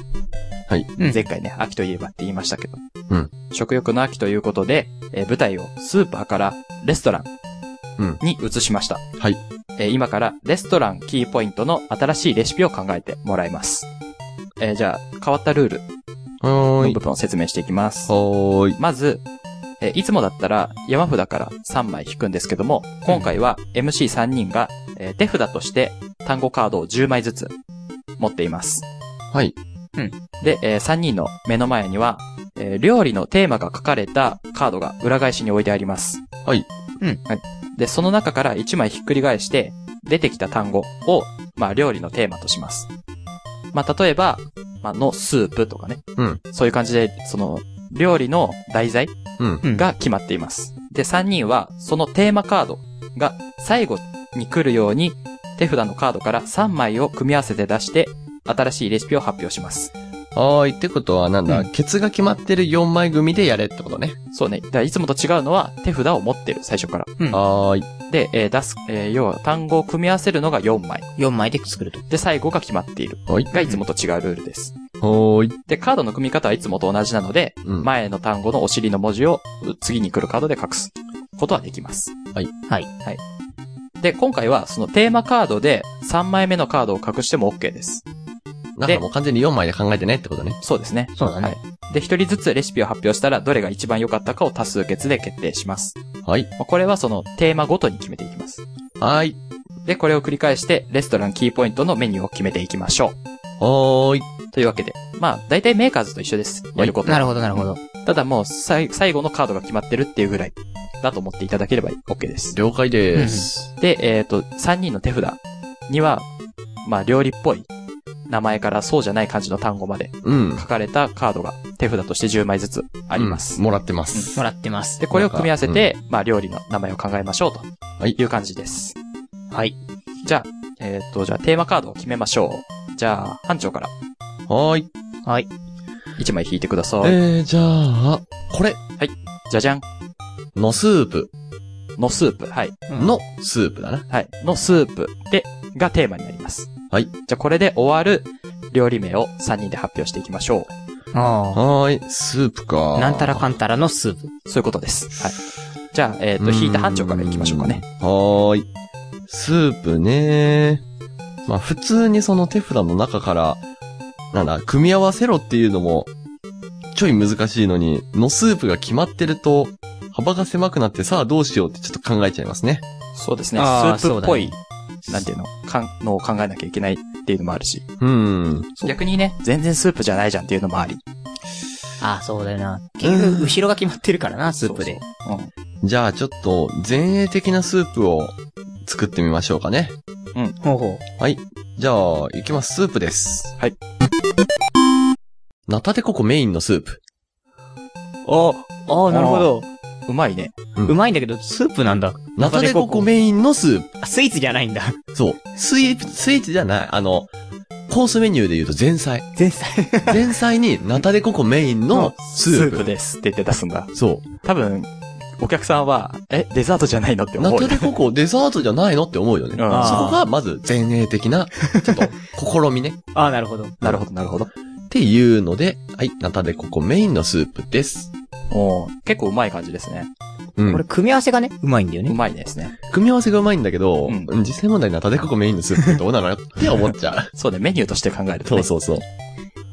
[SPEAKER 2] はい
[SPEAKER 1] うん
[SPEAKER 3] 前回ね、秋といえばって言いましたけど。
[SPEAKER 2] うん
[SPEAKER 3] 食欲の秋ということで、えー舞台をスーパーからレストラン
[SPEAKER 2] うん
[SPEAKER 3] に移しました。
[SPEAKER 2] はい
[SPEAKER 3] えー今からレストランキーポイントの新しいレシピを考えてもらいます。えーじゃあ、変わったルール
[SPEAKER 2] はー
[SPEAKER 3] の
[SPEAKER 2] い
[SPEAKER 3] 部。分を説明していきます。
[SPEAKER 2] はーい。
[SPEAKER 3] まず、えーいつもだったら山札から3枚引くんですけども、今回は MC3 人が、えー手札として単語カードを10枚ずつ持っています。
[SPEAKER 2] はい。
[SPEAKER 3] で、え3人の目の前には、えー料理のテーマが書かれたカードが裏返しに置いてあります。
[SPEAKER 2] はい。
[SPEAKER 1] うん
[SPEAKER 3] はい。で、その中から1枚ひっくり返して、出てきた単語を、まあ、料理のテーマとします。まあ、例えば、まあ、のスープとかね。
[SPEAKER 2] うん
[SPEAKER 3] そういう感じで、その、料理の題材
[SPEAKER 2] うん。
[SPEAKER 1] うん
[SPEAKER 3] が決まっています。で、3人はそのテーマカードが最後に来るように手札のカードから3枚を組み合わせて出して新しいレシピを発表します。
[SPEAKER 2] はーい。ってことは、なんだ、
[SPEAKER 3] う
[SPEAKER 2] ケツが決まってる4枚組でやれってことね。
[SPEAKER 3] そうね。だからいつもと違うのは手札を持ってる、最初から。
[SPEAKER 1] うん
[SPEAKER 2] はーい。
[SPEAKER 3] で、えー出す、えー要は単語を組み合わせるのが4枚。
[SPEAKER 1] 4枚で作ると。
[SPEAKER 3] で、最後が決まっている。
[SPEAKER 2] はい。
[SPEAKER 3] がいつもと違うルールです。
[SPEAKER 2] はーい。
[SPEAKER 3] で、カードの組み方はいつもと同じなので、
[SPEAKER 2] うん。
[SPEAKER 3] 前の単語のお尻の文字を次に来るカードで隠すことはできます。
[SPEAKER 2] はい。
[SPEAKER 1] はい。
[SPEAKER 3] はい。で、今回はそのテーマカードで3枚目のカードを隠しても OK です。
[SPEAKER 2] なんかもう完全に4枚で考えてねってことね。
[SPEAKER 3] そうですね。
[SPEAKER 1] そうだね
[SPEAKER 3] はい。で、1人ずつレシピを発表したらどれが一番良かったかを多数決で決定します。
[SPEAKER 2] はい。
[SPEAKER 3] まあこれはそのテーマごとに決めていきます。
[SPEAKER 2] はーい。
[SPEAKER 3] で、これを繰り返してレストランキーポイントのメニューを決めていきましょ
[SPEAKER 2] はーい。
[SPEAKER 3] う。というわけで。まあ、大体メーカーズと一緒です。やることは。
[SPEAKER 1] なるほどなるほど。
[SPEAKER 3] ただもう、さい最後のカードが決まってるっていうぐらいだと思っていただければ OK です。
[SPEAKER 2] 了解です。
[SPEAKER 3] で、えっ、と、3人の手札には、まあ、料理っぽい名前からそうじゃない感じの単語まで
[SPEAKER 2] うん。
[SPEAKER 3] 書かれたカードが手札として10枚ずつあります。
[SPEAKER 2] うんもらってます。
[SPEAKER 1] もらってます。
[SPEAKER 3] で、これを組み合わせて、まあ、料理の名前を考えましょうと
[SPEAKER 2] はい
[SPEAKER 3] いう感じです。
[SPEAKER 1] はい。
[SPEAKER 3] じゃあ、えっ、と、じゃあ、テーマカードを決めましょう。じゃあ、班長から
[SPEAKER 2] はーい。
[SPEAKER 1] はい。
[SPEAKER 3] 1枚引いてください。
[SPEAKER 2] えー、じゃあ、これ、
[SPEAKER 3] じゃじゃん
[SPEAKER 2] のスープ
[SPEAKER 3] のスープ。はい。
[SPEAKER 2] のスープだな。
[SPEAKER 3] はい。のスープで、がテーマになります。
[SPEAKER 2] はい
[SPEAKER 3] じゃあ、これで終わる料理名を3人で発表していきましょ
[SPEAKER 1] あ
[SPEAKER 2] はーい、スープか
[SPEAKER 1] あ。。なんたらかんたらのスープ。
[SPEAKER 3] う。そういうことです。はい。じゃあ、えっ、と、引いた班長からいきましょうかね。
[SPEAKER 2] うーん。はーい。スープねまあ普通にその手札の中から、なんだ、組み合わせろっていうのも、ちょい難しいのに、のスープが決まってると、幅が狭くなってさあどうしようってちょっと考えちゃいますね。
[SPEAKER 3] そうですね。ス
[SPEAKER 1] あー
[SPEAKER 3] ープっぽい、
[SPEAKER 1] そ
[SPEAKER 3] なんていうの、かん、のを考えなきゃいけないっていうのもあるし。
[SPEAKER 2] うーん。
[SPEAKER 3] 逆にね、全然スープじゃないじゃんっていうのもあり。
[SPEAKER 1] ああ、そうだよな。結局、後ろが決まってるからな、スープで。
[SPEAKER 3] そうそう。
[SPEAKER 2] じゃあちょっと、前衛的なスープを作ってみましょうかね。
[SPEAKER 1] ほうほ
[SPEAKER 2] じゃあ、いきます。スープです。
[SPEAKER 3] はい。
[SPEAKER 2] ナタデココメインのスープ。
[SPEAKER 1] う。ああ、
[SPEAKER 3] なるほ
[SPEAKER 1] ど。
[SPEAKER 3] うん。うまいね。
[SPEAKER 1] うまいんだけど、スープなんだ。
[SPEAKER 2] ナタデココメインのスー
[SPEAKER 1] あスイーツじゃないんだ。
[SPEAKER 2] プ。そう。スイーツ、スイーツじゃない。あの、コースメニューで言うと前 菜。
[SPEAKER 1] 前菜。
[SPEAKER 2] 前菜にナタデココメインのスープ。
[SPEAKER 3] ですって言って出すんだ。
[SPEAKER 2] そ
[SPEAKER 3] 多分、お客さんは、え、デザートじゃないのって
[SPEAKER 2] う。ナ
[SPEAKER 3] 思う
[SPEAKER 2] タ
[SPEAKER 3] よ。
[SPEAKER 2] デココデザートじゃないのって思うよね。そこ
[SPEAKER 3] あ
[SPEAKER 1] ー
[SPEAKER 2] がまず前衛的な、ちょっ と、試みね。
[SPEAKER 1] ああ、なるほど。
[SPEAKER 3] なるほど、なるほど。
[SPEAKER 2] っていうので、はい、ナタデココメインのスープです。
[SPEAKER 3] おー結構うまい感じですね。
[SPEAKER 2] う
[SPEAKER 1] これ、
[SPEAKER 2] ん。
[SPEAKER 1] 組み合わせがね、うまいんだよ
[SPEAKER 3] う
[SPEAKER 1] ね。
[SPEAKER 3] まいですね。
[SPEAKER 2] 組み合わせがうまいんだけど、
[SPEAKER 3] うん
[SPEAKER 2] 実際問題ナタデココメインのスープってどうなのよって思っちゃう。
[SPEAKER 3] そうね、メニューとして考えると、
[SPEAKER 2] そ
[SPEAKER 3] ね。
[SPEAKER 2] うそうそう。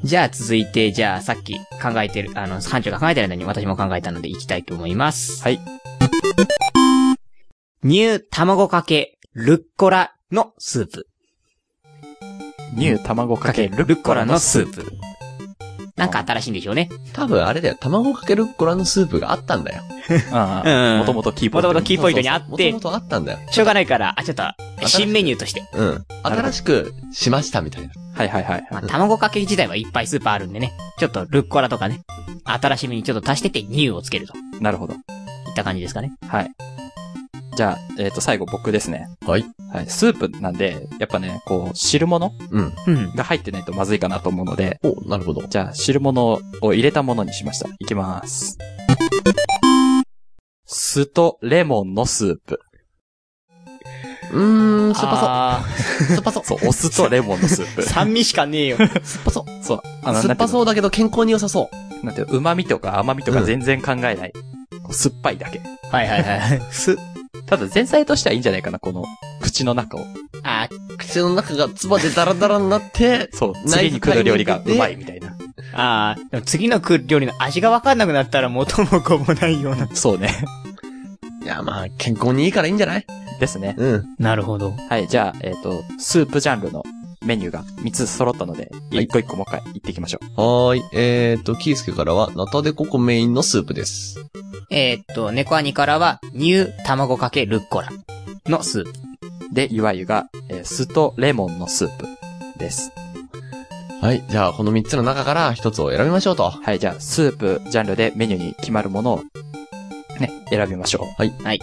[SPEAKER 1] じゃあ、続いて、じゃあ、さっき考えてる、あの、班長が考えてる間に私も考えたので、いきたいと思います。
[SPEAKER 3] はい。
[SPEAKER 1] ニュー卵かけ、ルッコラのスープ。
[SPEAKER 3] ニュー卵か
[SPEAKER 1] か
[SPEAKER 3] け
[SPEAKER 1] け
[SPEAKER 3] ル
[SPEAKER 1] ル
[SPEAKER 3] ッ
[SPEAKER 1] ッ
[SPEAKER 3] コ
[SPEAKER 1] コ
[SPEAKER 3] ラ
[SPEAKER 1] ラ
[SPEAKER 3] の
[SPEAKER 1] の
[SPEAKER 3] ス
[SPEAKER 1] ス
[SPEAKER 3] ー
[SPEAKER 1] ー
[SPEAKER 3] プ
[SPEAKER 1] プ。なんか新しいんでしょうね。
[SPEAKER 2] 多分あれだよ、卵かけるご覧のスープがあったんだよ。
[SPEAKER 3] あ
[SPEAKER 1] う
[SPEAKER 3] あ
[SPEAKER 1] ん
[SPEAKER 3] もともとキーポイ
[SPEAKER 1] も
[SPEAKER 3] ン
[SPEAKER 1] とも
[SPEAKER 3] ト
[SPEAKER 1] と
[SPEAKER 3] に。
[SPEAKER 1] キーポイントにあっ
[SPEAKER 2] もと
[SPEAKER 1] て
[SPEAKER 2] も、とあったんだよ。
[SPEAKER 1] しょうがないから、あ、ちょっと、
[SPEAKER 2] 新しい
[SPEAKER 1] 新メニューとして。
[SPEAKER 2] うん。新しくしましたみたいな。
[SPEAKER 3] はいはいはい。
[SPEAKER 1] まあ、卵かけ自体はいっぱいスーパーあるんでね。ちょっとルッコラとかね。新しめにちょっと足してってニューをつけると。い
[SPEAKER 3] なるほど。
[SPEAKER 1] った感じですかね。
[SPEAKER 3] はい。じゃあ、えっ、と、最後僕ですね。
[SPEAKER 2] はい。
[SPEAKER 3] はい。スープなんで、やっぱね、こう、汁物
[SPEAKER 2] うん。
[SPEAKER 1] うん。
[SPEAKER 3] が入ってないとまずいかなと思うので、
[SPEAKER 2] お、なるほど。
[SPEAKER 3] じゃあ、汁物を入れたものにしました。いきます。酢とレモンのスープ。
[SPEAKER 2] うーん、酸っぱ
[SPEAKER 1] あー
[SPEAKER 2] そう。酸っぱそう。
[SPEAKER 3] そう、お酢とレモンのスープ。
[SPEAKER 1] 酸味しかねえよ。
[SPEAKER 2] 酸っぱそう。
[SPEAKER 3] そう。あの、
[SPEAKER 2] 酸
[SPEAKER 3] な
[SPEAKER 2] っ
[SPEAKER 3] んてい
[SPEAKER 2] ぱ
[SPEAKER 3] うの
[SPEAKER 2] そうだけど健康に良さそ
[SPEAKER 3] なんていうの旨味とか甘味とか
[SPEAKER 2] うん
[SPEAKER 3] 全然考えない。こう酸っぱいだけ。
[SPEAKER 1] はいはいはい。す、
[SPEAKER 3] ただ前菜としてはいいんじゃないかな、この、口の中を。
[SPEAKER 1] あー
[SPEAKER 2] う。口の中が唾でダラダラになって、
[SPEAKER 3] そう、
[SPEAKER 2] ナ
[SPEAKER 3] 次
[SPEAKER 2] イフ
[SPEAKER 3] に来る料理がうまいみたいな。
[SPEAKER 1] あー、でも次のく料理の味がわかんなくなったら元も子もないような。
[SPEAKER 3] そうね。
[SPEAKER 2] いや、まあ、健康にいいからいいんじゃない
[SPEAKER 3] ですね。
[SPEAKER 2] うん。
[SPEAKER 1] なるほど。
[SPEAKER 3] はい、じゃあ、えっ、と、スープジャンルのメニューが3つ揃ったので、
[SPEAKER 2] はい
[SPEAKER 3] 一個一個もう一回行っていきましょう。
[SPEAKER 2] はーい。えーと、キースケからは、ナタデココメインのスープです。
[SPEAKER 1] えーっと、猫アニからは、ニュー卵かけルッコラのスープ。
[SPEAKER 3] で、いわゆが、えー酢とレモンのスープです。
[SPEAKER 2] はい。じゃあ、この3つの中から1つを選びましょうと。
[SPEAKER 3] はい、じゃあ、スープジャンルでメニューに決まるものを、ね、選びましょう。
[SPEAKER 2] はい
[SPEAKER 1] はい。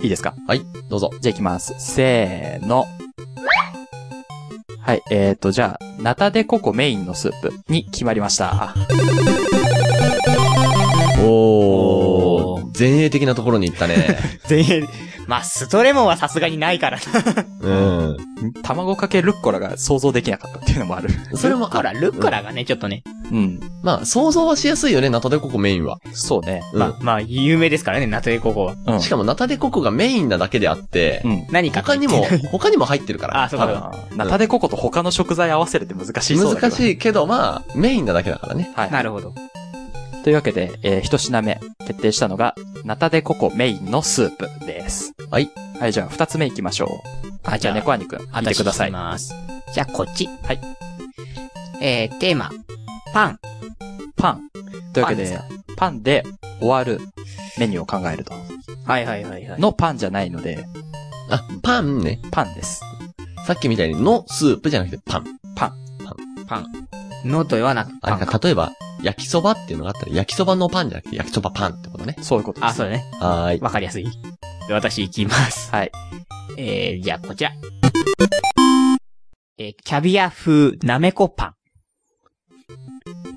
[SPEAKER 3] いいですか
[SPEAKER 2] はい。どうぞ。
[SPEAKER 3] じゃあ行きます。せーの。はい、えーと、じゃあ、ナタデココメインのスープに決まりました。
[SPEAKER 2] お
[SPEAKER 1] お
[SPEAKER 2] ー。前衛的なところに行ったね。
[SPEAKER 1] 全員、まあ、ストレモンはさすがにないからな。
[SPEAKER 2] うん。
[SPEAKER 3] 卵かけルッコラが想像できなかったっていうのもある。
[SPEAKER 2] それ
[SPEAKER 1] ル
[SPEAKER 2] も
[SPEAKER 1] ッコラ、
[SPEAKER 2] あ
[SPEAKER 1] ルッコラがね、ちょっとね。
[SPEAKER 3] うん。
[SPEAKER 2] まあ、想像はしやすいよね、ナタデココメインは。
[SPEAKER 3] そうね。
[SPEAKER 2] うん。
[SPEAKER 1] まあ、まあ、有名ですからね、ナトエ高校は。
[SPEAKER 3] うん。
[SPEAKER 2] しかも、ナタデココがメインなだけであって、
[SPEAKER 3] うん。
[SPEAKER 1] 何かと
[SPEAKER 2] 他
[SPEAKER 1] 言って
[SPEAKER 2] にも、他にも入ってるから。
[SPEAKER 1] あそうかそう
[SPEAKER 2] 多
[SPEAKER 1] か
[SPEAKER 3] ナタデココと他の食材合わせるって難しいそう
[SPEAKER 2] 分
[SPEAKER 3] だけど。
[SPEAKER 2] 難
[SPEAKER 3] い。
[SPEAKER 2] しいけど、まあ、メインなだけだからね。
[SPEAKER 3] はい。
[SPEAKER 1] なるほど。
[SPEAKER 3] というわけで、えー一品目、決定したのが、ナタデココメインのスープです。
[SPEAKER 2] はい。
[SPEAKER 3] はい、じゃあ、二つ目いきましょう。
[SPEAKER 1] あ、
[SPEAKER 3] じゃあ、猫兄くん、見てくださ
[SPEAKER 1] 私行
[SPEAKER 3] い。
[SPEAKER 1] き
[SPEAKER 3] は
[SPEAKER 1] ます。じゃあ、こっち。
[SPEAKER 3] はい。
[SPEAKER 1] えー、テーマ。パン。
[SPEAKER 3] パン。というわけで、
[SPEAKER 1] パンで
[SPEAKER 3] パンで終わるメニューを考えると。
[SPEAKER 1] はいはいはいは。
[SPEAKER 3] のパンじゃないので、
[SPEAKER 2] あ、パンね。
[SPEAKER 3] パンです。
[SPEAKER 2] さっきみたいに、のスープじゃなくてパン。
[SPEAKER 1] のと言わなく
[SPEAKER 2] あれか、例えば、焼きそばっていうのがあったら、焼きそばのパンじゃなくて、焼きそばパンってことね。
[SPEAKER 3] そういうことです。
[SPEAKER 1] あ、そうだね。
[SPEAKER 2] はーい。
[SPEAKER 1] わかりやすい。で私行きます。
[SPEAKER 3] はい。
[SPEAKER 1] えー、じゃあ、こちら。えー、キャビア風なめこパン。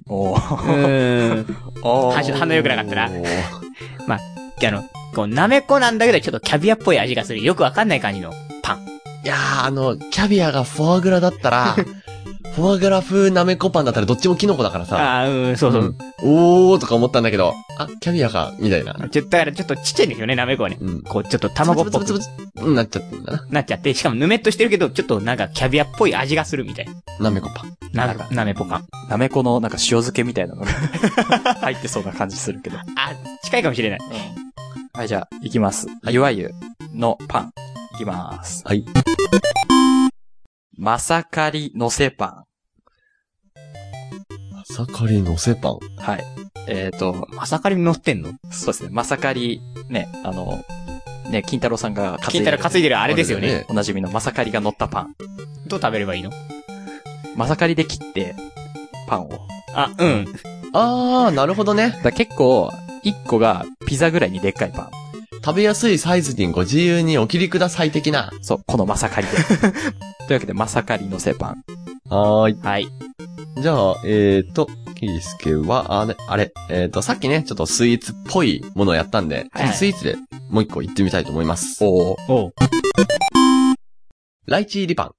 [SPEAKER 3] おー。
[SPEAKER 1] うん。
[SPEAKER 3] お
[SPEAKER 1] はし反応良くなかったな
[SPEAKER 2] おー
[SPEAKER 1] あの、こう、なめこなんだけど、ちょっとキャビアっぽい味がする。よくわかんない感じの。
[SPEAKER 2] いやー、あの、キャビアがフォアグラだっ たら、フォアグラ風なめこパンだったらどっちもキノコだからさ。
[SPEAKER 1] ああー、うん、そうそう。
[SPEAKER 2] んおーとか思ったんだけど、あ、キャビアか、みたいな。
[SPEAKER 1] ちょだからちょっとちっちゃいんですよね、なめこはね。
[SPEAKER 2] うん。
[SPEAKER 1] こう、ちょっと卵っぽ
[SPEAKER 2] つぶ
[SPEAKER 1] く
[SPEAKER 2] つぶつぶつぶうんなっちゃってんだな。
[SPEAKER 1] なっちゃって、しかもぬめっとしてるけど、ちょっとなんかキャビアっぽい味がするみたい
[SPEAKER 2] なめこパン。
[SPEAKER 1] な。
[SPEAKER 3] なん
[SPEAKER 1] な、
[SPEAKER 3] か
[SPEAKER 1] なめぽかん。
[SPEAKER 3] なめこのなんか塩漬けみたいなのが 入ってそうな感じするけど。
[SPEAKER 1] あ、近いかもしれない。
[SPEAKER 3] はい、じゃあ、いきます。いわゆのパン。いきます。
[SPEAKER 2] はい。
[SPEAKER 3] まさかりのせパ
[SPEAKER 2] まさかりのせパン。
[SPEAKER 3] ン。はい。えっ、と、
[SPEAKER 1] まさかり乗ってんの
[SPEAKER 3] そうですね。まさかり、ね、あの、ね、金太郎さんが
[SPEAKER 1] 聞いたら担いでるあれですよ
[SPEAKER 2] あれだ
[SPEAKER 1] ね。
[SPEAKER 2] よね
[SPEAKER 3] おなじみのまさかりが乗ったパン。
[SPEAKER 1] どう食べればいいの
[SPEAKER 3] まさかりで切って、パンを。だか
[SPEAKER 1] あ、うん。
[SPEAKER 2] あー、なるほどね。
[SPEAKER 3] ら結構、一個がピザぐらいにでっかいパン。
[SPEAKER 2] 食べやすいサイズにご自由にお切りください的な。
[SPEAKER 3] そう、このまさか りで。というわけで、まさかりのせパン。
[SPEAKER 2] はーい。
[SPEAKER 1] はい。
[SPEAKER 2] じゃあ、えーと、キースケは、あれ、あれ、えーと、さっきね、ちょっとスイーツっぽいものをやったんで、
[SPEAKER 1] はい
[SPEAKER 2] スイーツでもう一個行ってみたいと思います。
[SPEAKER 3] おー
[SPEAKER 1] おう
[SPEAKER 2] ライチ入りパン。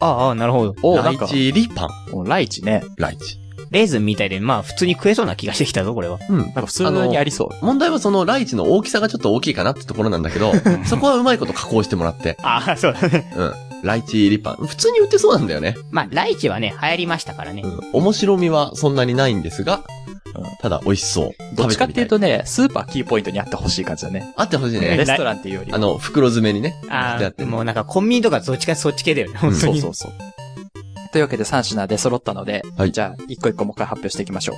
[SPEAKER 1] ああ、なるほど。
[SPEAKER 3] おー
[SPEAKER 2] ラ
[SPEAKER 3] なん
[SPEAKER 2] イ
[SPEAKER 3] か
[SPEAKER 2] チ、入りパン。
[SPEAKER 3] もうライチね。
[SPEAKER 2] ライチ。
[SPEAKER 1] レーズンみたいで、まあ普通に食えそうな気がしてきたぞ、これは。
[SPEAKER 2] うん。
[SPEAKER 3] なんか普通にありそう。
[SPEAKER 2] 問題はそのライチの大きさがちょっと大きいかなってところなんだけど、そこはうまいこと加工してもらって。
[SPEAKER 1] ああ、そうだね。
[SPEAKER 2] うん。ライチ入りパン。普通に売ってそうなんだよね。
[SPEAKER 1] まあ、ライチはね、流行りましたからね
[SPEAKER 2] う。ん。面白みはそんなにないんですが
[SPEAKER 3] うん、
[SPEAKER 2] ただ美味しそう。
[SPEAKER 3] どっちかっていう
[SPEAKER 2] 食べみた
[SPEAKER 3] とね、スーパーキーポイントにあってほしい感じだね。
[SPEAKER 2] い、あってほしい
[SPEAKER 1] え
[SPEAKER 2] ね。
[SPEAKER 3] レストランっていうより。
[SPEAKER 2] あ、の、袋詰めにね。
[SPEAKER 1] あ
[SPEAKER 2] してあって
[SPEAKER 1] あ、もうなんかコンビニとかどっちかそっち系だよね、本当
[SPEAKER 3] そう
[SPEAKER 1] に。
[SPEAKER 3] そうそう。というわけで3品で揃ったので、
[SPEAKER 2] はい
[SPEAKER 3] じゃあ、一個一個もう一回発表していきましょ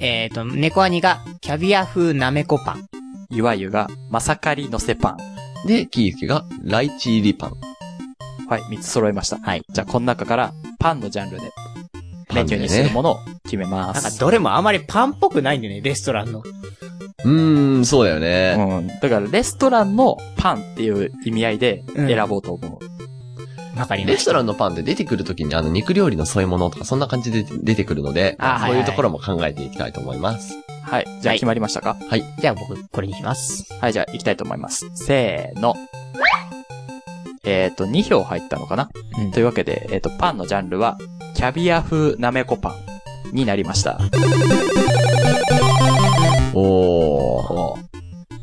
[SPEAKER 1] えっと、猫兄がキャビア風なめこパン。
[SPEAKER 3] う。いわゆが、まさかりのせパン。
[SPEAKER 2] で、キースケが、ライチ入りパン。
[SPEAKER 3] はい、3つ揃いました。
[SPEAKER 1] はい。
[SPEAKER 3] じゃあ、この中から、パンのジャンルで、メニューにするものを決めま
[SPEAKER 1] なんか
[SPEAKER 3] す。
[SPEAKER 1] どれもあまりパンっぽくないんでね、レストランの。
[SPEAKER 2] うーん、そうだよね。
[SPEAKER 3] うん。だから、レストランのパンっていう意味合いで選ぼうと思う。
[SPEAKER 1] わかりま
[SPEAKER 2] レ
[SPEAKER 1] した。
[SPEAKER 2] ストランのパンって出てくるときにあの肉料理の添え物とかそんな感じで出てくるので、
[SPEAKER 1] あ
[SPEAKER 2] そ
[SPEAKER 1] は
[SPEAKER 2] う
[SPEAKER 1] い
[SPEAKER 2] い
[SPEAKER 1] は
[SPEAKER 2] う
[SPEAKER 1] い
[SPEAKER 2] ところも考えていきたいと思います。
[SPEAKER 3] はい。じゃあ、決まりましたか、はい、
[SPEAKER 1] じゃあ僕、これにします。
[SPEAKER 3] じゃあ、行きたいと思います。せーの。えっ、と、2票入ったのかな、
[SPEAKER 1] うん
[SPEAKER 3] というわけで、えっ、と、パンのジャンルは、キャビア風なめこパンになりました。
[SPEAKER 2] おー。
[SPEAKER 3] お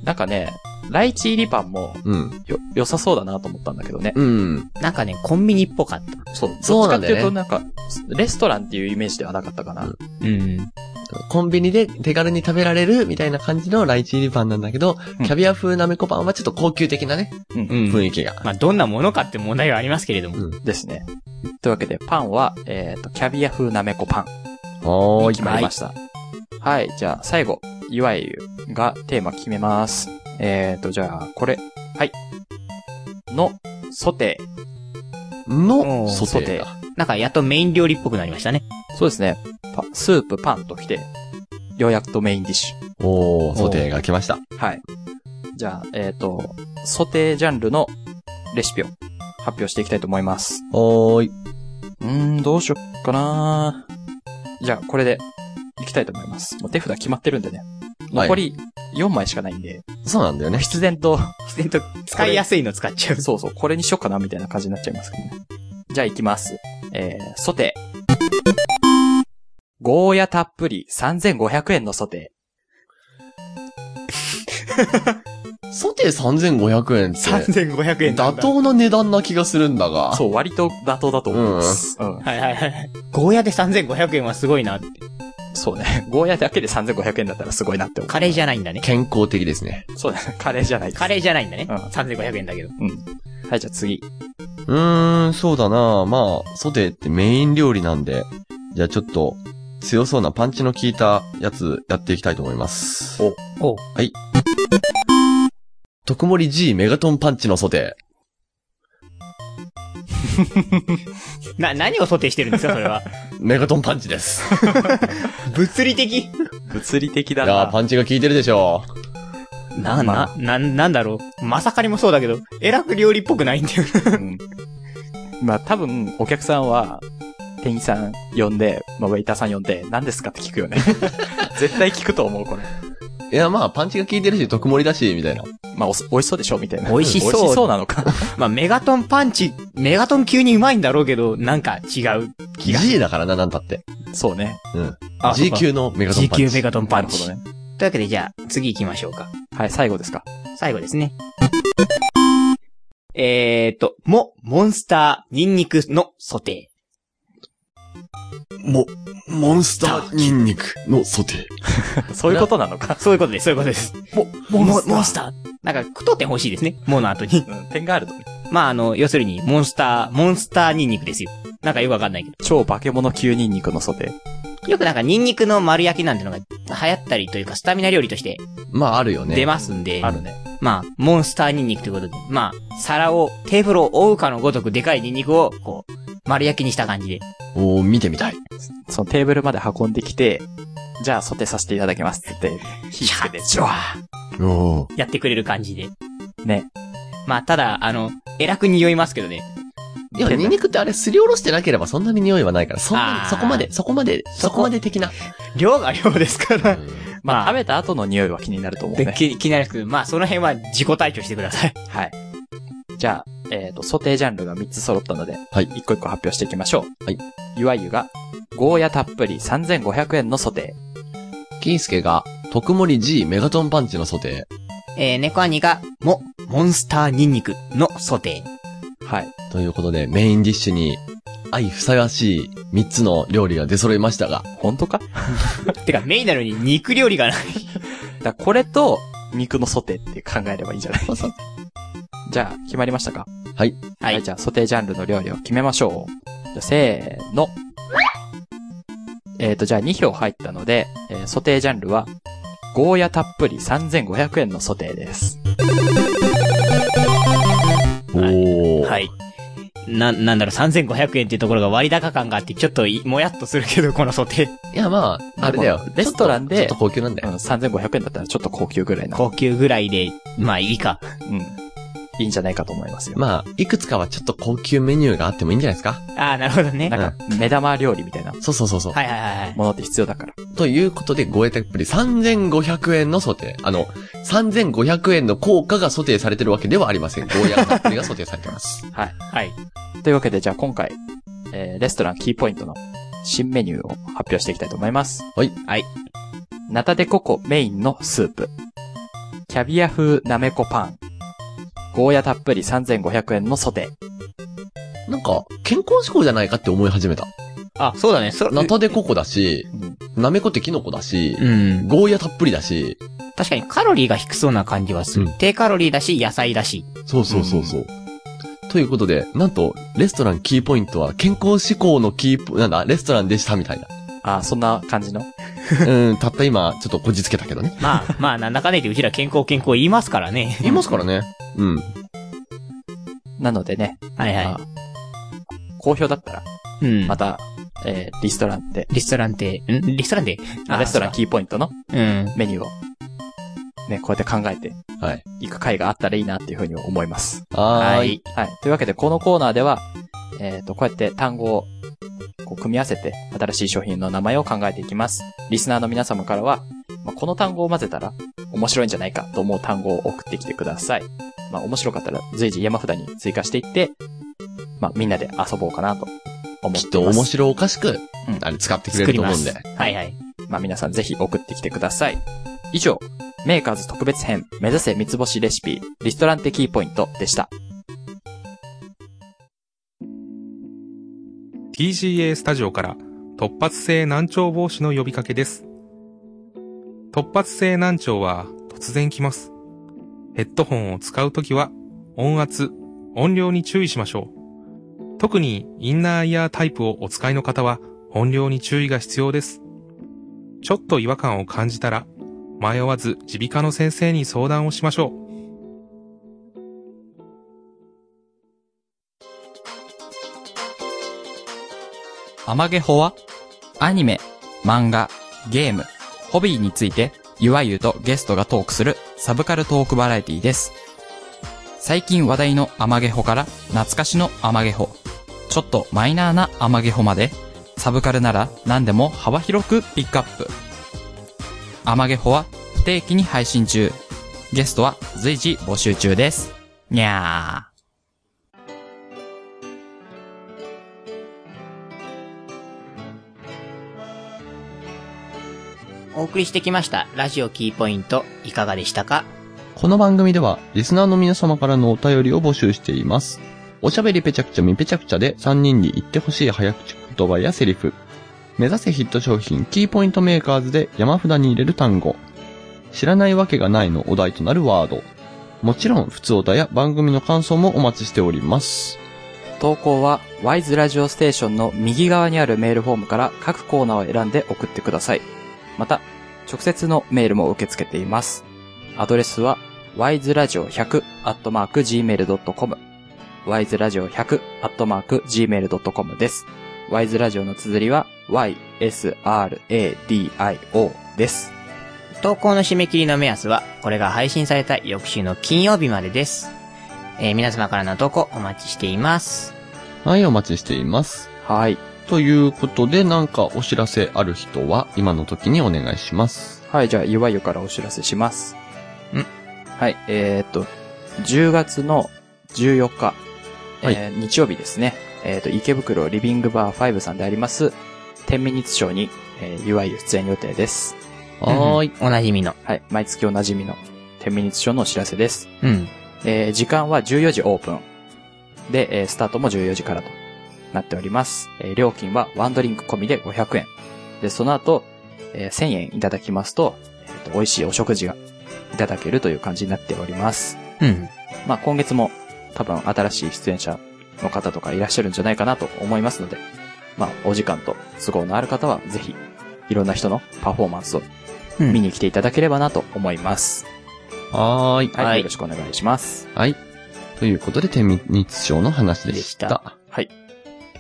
[SPEAKER 3] なんかね、ライチ入りパンも
[SPEAKER 2] うん。
[SPEAKER 3] よ、良さそうだなと思ったんだけどね。
[SPEAKER 2] うん。
[SPEAKER 1] なんかね、コンビニっぽかった。
[SPEAKER 3] そう。
[SPEAKER 2] そうなんだよね
[SPEAKER 3] どっちかっていうと、なんか、レストランっていうイメージではなかったかな。
[SPEAKER 2] うん
[SPEAKER 1] うん。
[SPEAKER 2] コンビニで手軽に食べられるみたいな感じのライチ入りパンなんだけど、
[SPEAKER 3] うん
[SPEAKER 2] キャビア風なめこパンはちょっと高級的なね、
[SPEAKER 1] うん。
[SPEAKER 2] 雰囲気が。
[SPEAKER 1] まあ、どんなものかって問題はありますけれども。
[SPEAKER 3] ですね。というわけで、パンは、えっ、と、キャビア風なめこパン。
[SPEAKER 2] おーい。
[SPEAKER 3] 決まりました。はい、じゃあ、最後、いわゆるがテーマ決めます。えっ、と、じゃあ、これ。はい。の、ソテ
[SPEAKER 1] お
[SPEAKER 3] ー。
[SPEAKER 2] の、
[SPEAKER 1] ー
[SPEAKER 2] ソテーだ。
[SPEAKER 1] なんかやっとメイン料理っぽくなりました ね。
[SPEAKER 3] そうですね。パスープ、パンときて、ようやくとメインディッシュ。
[SPEAKER 2] おー、ソテーが来ました。
[SPEAKER 3] はい。じゃあ、えっ、と、ソテージャンルのレシピを発表していきたいと思います。
[SPEAKER 2] おーい。
[SPEAKER 3] うーん、どうしよっかなじゃあ、これで、いきたいと思います。もう手札決まってるんでね。
[SPEAKER 2] はい
[SPEAKER 3] 残り4枚しかないんで、
[SPEAKER 2] そうなんだよね。
[SPEAKER 3] 必然と、
[SPEAKER 1] 自然と使いやすいの使っちゃ う。
[SPEAKER 3] そうそう、これにしよっかな、みたいな感じになっちゃいますけどね。じゃあ、いきます。えー、ソテー。ゴーヤたっぷり3500円のソテ
[SPEAKER 2] ソテー3500円って、
[SPEAKER 1] 3500円なん
[SPEAKER 2] 妥
[SPEAKER 1] だ。
[SPEAKER 2] 当な値段な気がするんだが。
[SPEAKER 3] ー。そう、割と妥当だと思います。うん。
[SPEAKER 1] はいはいはい。ゴーヤで3500円はすごいなって。
[SPEAKER 3] そうね。 ゴーヤだけで3500円だったらすごいなって思う。
[SPEAKER 1] カレーじゃないんだね。
[SPEAKER 2] 健康的ですね。
[SPEAKER 3] そうだね。カ レーじゃないです
[SPEAKER 1] カレーじゃないんだね。
[SPEAKER 3] うん
[SPEAKER 1] 3500円だけど。
[SPEAKER 3] はい、じゃあ次。
[SPEAKER 2] うーん、そうだなまあ、ソテーってメイン料理なんで、じゃあちょっと、強そうなパンチの効いたやつやっていきたいと思います。
[SPEAKER 3] お
[SPEAKER 1] お
[SPEAKER 2] はい。特盛り G メガトンパンチのソテ
[SPEAKER 1] な、何を想定してるんですか、そ れは。
[SPEAKER 2] ー。メガトンパン チです。
[SPEAKER 1] 物理的
[SPEAKER 3] 物理的
[SPEAKER 2] い
[SPEAKER 3] だ
[SPEAKER 2] やー
[SPEAKER 3] な。
[SPEAKER 2] パンチが効いてるでしょ
[SPEAKER 1] な、な、な、なんだろう。まさかりもそうだけど、えらく料理っぽくないんだよ。
[SPEAKER 3] うんまあ多分、お客さんは、店員さん呼んで、まあ、ウェイターさん呼んで、何ですかって聞くよね。絶対聞くと思う、これ。
[SPEAKER 2] う。いや、まあ、パンチが効いてるし、特盛りだし、みたいな。
[SPEAKER 3] まあ、おそ美味しそうでしょみたいな。
[SPEAKER 1] 美味しそう
[SPEAKER 3] 美味しそうなのか。
[SPEAKER 1] まあ、メガトンパンチ、メガトン級にうまいんだろうけど、なんか違う気が。
[SPEAKER 2] G だからな、なんたって。
[SPEAKER 3] そうね。
[SPEAKER 2] うん。
[SPEAKER 1] あ
[SPEAKER 2] G 級のメガトン
[SPEAKER 1] G
[SPEAKER 2] パンチ。
[SPEAKER 1] 級メガトンパ
[SPEAKER 3] な
[SPEAKER 1] ン
[SPEAKER 3] るほ
[SPEAKER 1] チ。
[SPEAKER 3] どね。
[SPEAKER 1] というわけで、じゃあ、次行きましょうか。
[SPEAKER 3] はい、最後ですか。
[SPEAKER 1] 最後ですね。えーと、も、モンスター、ニンニクのソテ
[SPEAKER 2] も、モンスター筋肉のソテー。
[SPEAKER 3] そういうことなのか。
[SPEAKER 1] ー。そういうことです、そういうことです。も、
[SPEAKER 3] モンスター
[SPEAKER 1] モンスター。なんか、当店欲しいですね。もの後に。
[SPEAKER 3] うん、点があるとね。
[SPEAKER 1] まあ、あの、要するに、モンスター、モンスターニンニクですよ。なんかよくわかんないけ
[SPEAKER 3] 超化け物級ニンニクのソテー。
[SPEAKER 1] ど。よくなんかニンニクの丸焼きなんてのが流行ったりというか、スタミナ料理として
[SPEAKER 2] まあ、あるよね。
[SPEAKER 1] 出ますんで、
[SPEAKER 3] あるね。
[SPEAKER 1] まあ、モンスターニンニクということで、まあ、皿を、テーブルを覆うかのごとくでかいニンニクを、こう、丸焼きにした感じで。
[SPEAKER 2] おー、見てみたい。
[SPEAKER 3] そのテーブルまで運んできて、じゃあソテーさせていただきますって言って、火つけて、ジュワ
[SPEAKER 2] おー。
[SPEAKER 1] やってくれる感じで。
[SPEAKER 3] ーね。
[SPEAKER 1] まあ、ただ、あの、偉く匂いますけどね。
[SPEAKER 2] いや、ニンニクってあれ、すりおろしてなければそんなに匂いはないから、そんな
[SPEAKER 1] あ
[SPEAKER 2] に、
[SPEAKER 1] ー
[SPEAKER 2] そこまで、そこまで、そこまで的な。
[SPEAKER 1] 量が量ですか
[SPEAKER 2] う
[SPEAKER 1] ら。
[SPEAKER 2] ん
[SPEAKER 3] まあ、
[SPEAKER 1] まあ
[SPEAKER 3] 食べた後の匂いは気になると思うね。
[SPEAKER 1] き気になるんですけど、まあ、その辺は自己退去してくだ さい。
[SPEAKER 3] はい。じゃあ、えっ、と、ソテージャンルが3つ揃ったので、
[SPEAKER 2] はい
[SPEAKER 3] 一個一個発表していきましょう。
[SPEAKER 2] はい。
[SPEAKER 3] いわゆが、ゴーヤたっぷり3500円のソテ
[SPEAKER 2] キースケが、特盛り G メガトンパンチのソテ
[SPEAKER 1] えー、猫兄が、も、モンスターニンニクのソテー。
[SPEAKER 3] はい。
[SPEAKER 2] ということで、メインディッシュに、愛ふさわしい3つの料理が出揃いましたが、
[SPEAKER 3] 本当か
[SPEAKER 1] てか、メインなのに肉料理がない。
[SPEAKER 3] だからこれと、肉のソテーって考えればいいんじゃない じゃあ、決まりましたか
[SPEAKER 2] はい。
[SPEAKER 1] はい
[SPEAKER 3] じゃあ、ソテージャンルの料理を決めましょう。じゃあ、せーの。えっ、ー、と、じゃあ2票入ったので、えーソテージャンルは、ゴーヤたっぷり3500円のソテーです。
[SPEAKER 2] おー。
[SPEAKER 1] はい。な、なんだろう、3500円っていうところが割高感があって、ちょっとい、もやっとするけど、このソテー。
[SPEAKER 2] いや、まあ、あれだよ
[SPEAKER 3] で。もレストランで
[SPEAKER 2] ちょっとちょっと高級なんだ
[SPEAKER 3] うん、
[SPEAKER 2] よ。
[SPEAKER 3] 3500円だったらちょっと高級ぐらいな。
[SPEAKER 1] 高級ぐらいで、まあいいか。
[SPEAKER 3] うん。いいんじゃないかと思いますよ。
[SPEAKER 2] まあ、いくつかはちょっと高級メニューがあってもいいんじゃないですか
[SPEAKER 1] ああ、なるほどね。
[SPEAKER 3] なんか、目玉料理みたいな
[SPEAKER 2] そうそうそうそう。
[SPEAKER 1] はいはいはいはい。
[SPEAKER 3] ものって必要だから。
[SPEAKER 2] ということで、ゴエテップリ3500円のソテー。あの、3500円の効果がソテーされてるわけではありません。ゴーヤーたっぷりがソテーされてます。
[SPEAKER 1] はい。
[SPEAKER 3] というわけで、じゃあ今回、えー、レストランキーポイントの新メニューを発表していきたいと思います。
[SPEAKER 2] はい。
[SPEAKER 1] はい。
[SPEAKER 3] ナタデココメインのスープ。キャビア風なめこパン。ゴーヤたっぷり3500円のソテー。
[SPEAKER 2] なんか、健康志向じゃないかって思い始めた。
[SPEAKER 1] あ、そうだね。そ
[SPEAKER 2] ナタデココだし、
[SPEAKER 3] うん
[SPEAKER 2] ナメコってキノコだし、
[SPEAKER 1] うん。
[SPEAKER 2] ゴーヤたっぷりだし、
[SPEAKER 1] 確かにカロリーが低そうな感じはする。
[SPEAKER 2] うん
[SPEAKER 1] 低カロリーだし、野菜だし。
[SPEAKER 2] そうそうそうそう。ということで、なんと、レストランキーポイントは健康志向のキーポ、なんだ、レストランでしたみたい な。
[SPEAKER 3] あー、そんな感じの。
[SPEAKER 2] うん、たった今、ちょっとこじつけたけどね。
[SPEAKER 1] ま あ、まあ、なんだかんだ言って、うちら健康健康言いますからね。
[SPEAKER 2] 言いますからね。うん。
[SPEAKER 3] なのでね、
[SPEAKER 1] はい
[SPEAKER 3] まあ
[SPEAKER 1] は
[SPEAKER 3] 好評だったら、
[SPEAKER 1] い。うん。
[SPEAKER 3] また、えー、リストランで、
[SPEAKER 1] レストランって、んレストランで
[SPEAKER 3] あレストラン
[SPEAKER 1] ン
[SPEAKER 3] キーポイントの
[SPEAKER 1] うん。
[SPEAKER 3] メニューを、ね、こうやって考えて
[SPEAKER 2] はい。
[SPEAKER 3] いく回があったらいいなっていうふうに思います。
[SPEAKER 2] は
[SPEAKER 1] は
[SPEAKER 2] ーい。
[SPEAKER 1] い。
[SPEAKER 3] はい。というわけで、このコーナーでは、えっ、と、こうやって単語をこう組み合わせて、新しい商品の名前を考えていきます。リスナーの皆様からは、まあ、この単語を混ぜたら面白いんじゃないかと思う単語を送ってきてください。まあ、面白かったら随時山札に追加していって、まあ、みんなで遊ぼうかなと思っています。
[SPEAKER 2] きっと面白おかしく
[SPEAKER 3] うん、
[SPEAKER 2] あれ使ってくれ
[SPEAKER 1] 作
[SPEAKER 2] る
[SPEAKER 1] り
[SPEAKER 2] と
[SPEAKER 1] ま
[SPEAKER 2] 思うん
[SPEAKER 1] す。
[SPEAKER 2] で。
[SPEAKER 1] はいはい。
[SPEAKER 3] まあ皆さんぜひ送ってきてください。以上、メーカーズ特別編、目指せ三つ星レシピ、リストランテキーポイントでした。
[SPEAKER 6] TCA スタジオから突発性難聴防止の呼びかけです。突発性難聴は突然来ます。ヘッドホンを使うときは音圧、音量に注意しましょう。特にインナーイヤータイプをお使いの方は音量に注意が必要です。ちょっと違和感を感じたら迷わず耳鼻科の先生に相談をしましょう。
[SPEAKER 4] アマゲホはアニメ、漫画、ゲーム、ホビーについて、いわゆるとゲストがトークするサブカルトークバラエティです。最近話題のアマゲホから懐かしのアマゲホ、ちょっとマイナーなアマゲホまで、サブカルなら何でも幅広くピックアップ。アマゲホは不定期に配信中。ゲストは随時募集中です。にゃー。
[SPEAKER 1] お送りしてきました、ラジオキーポイント、いかがでしたか
[SPEAKER 2] この番組では、リスナーの皆様からのお便りを募集しています。おしゃべりぺちゃくちゃみぺちゃくちゃで3人に言ってほしい早口言葉やセリフ。目指せヒット商品キーポイントメーカーズで山札に入れる単語。知らないわけがないのお題となるワード。もちろん、普通お題や番組の感想もお待ちしております。
[SPEAKER 3] 投稿は、ワイズラジオステーションの右側にあるメールフォームから各コーナーを選んで送ってください。また、直接のメールも受け付けています。アドレスは、wiseradio100-gmail.com。wiseradio100-gmail.com です。wiseradio の綴りは、ysradio です。
[SPEAKER 1] 投稿の締め切りの目安は、これが配信された翌週の金曜日までです。えー皆様からの投稿お待ちしています。
[SPEAKER 2] はい、お待ちしています。
[SPEAKER 3] はい。
[SPEAKER 2] ということで、なんかお知らせある人は、今の時にお願いします。
[SPEAKER 3] はい、じゃあ、いわゆからお知らせします。
[SPEAKER 1] ん
[SPEAKER 3] はい、えーっと、10月の14日、えー日曜日ですね。えーっと、池袋リビングバー5さんであります、10ミニッツショーに、えー、いわゆ出演予定です。
[SPEAKER 2] はーい。
[SPEAKER 1] おなじみの。
[SPEAKER 3] はい、毎月おなじみの10ミニッツショーのお知らせです。
[SPEAKER 1] うん。
[SPEAKER 3] えー時間は14時オープン。で、えースタートも14時からとなっております。えー料金はワンドリンク込みで500円。で、その後、えー1000円いただきますと、えーと美味しいお食事がいただけるという感じになっております。
[SPEAKER 1] うん。
[SPEAKER 3] まあ、今月も多分新しい出演者の方とかいらっしゃるんじゃないかなと思いますので、まあ、お時間と都合のある方はぜひ、いろんな人のパフォーマンスを
[SPEAKER 1] うん
[SPEAKER 3] 見に来ていただければなと思います。
[SPEAKER 2] はーい。
[SPEAKER 3] はい、
[SPEAKER 1] はい
[SPEAKER 3] よろしくお願いします。
[SPEAKER 2] はい。ということで、天日賞の話で
[SPEAKER 1] で
[SPEAKER 2] し。
[SPEAKER 1] したた
[SPEAKER 3] はい。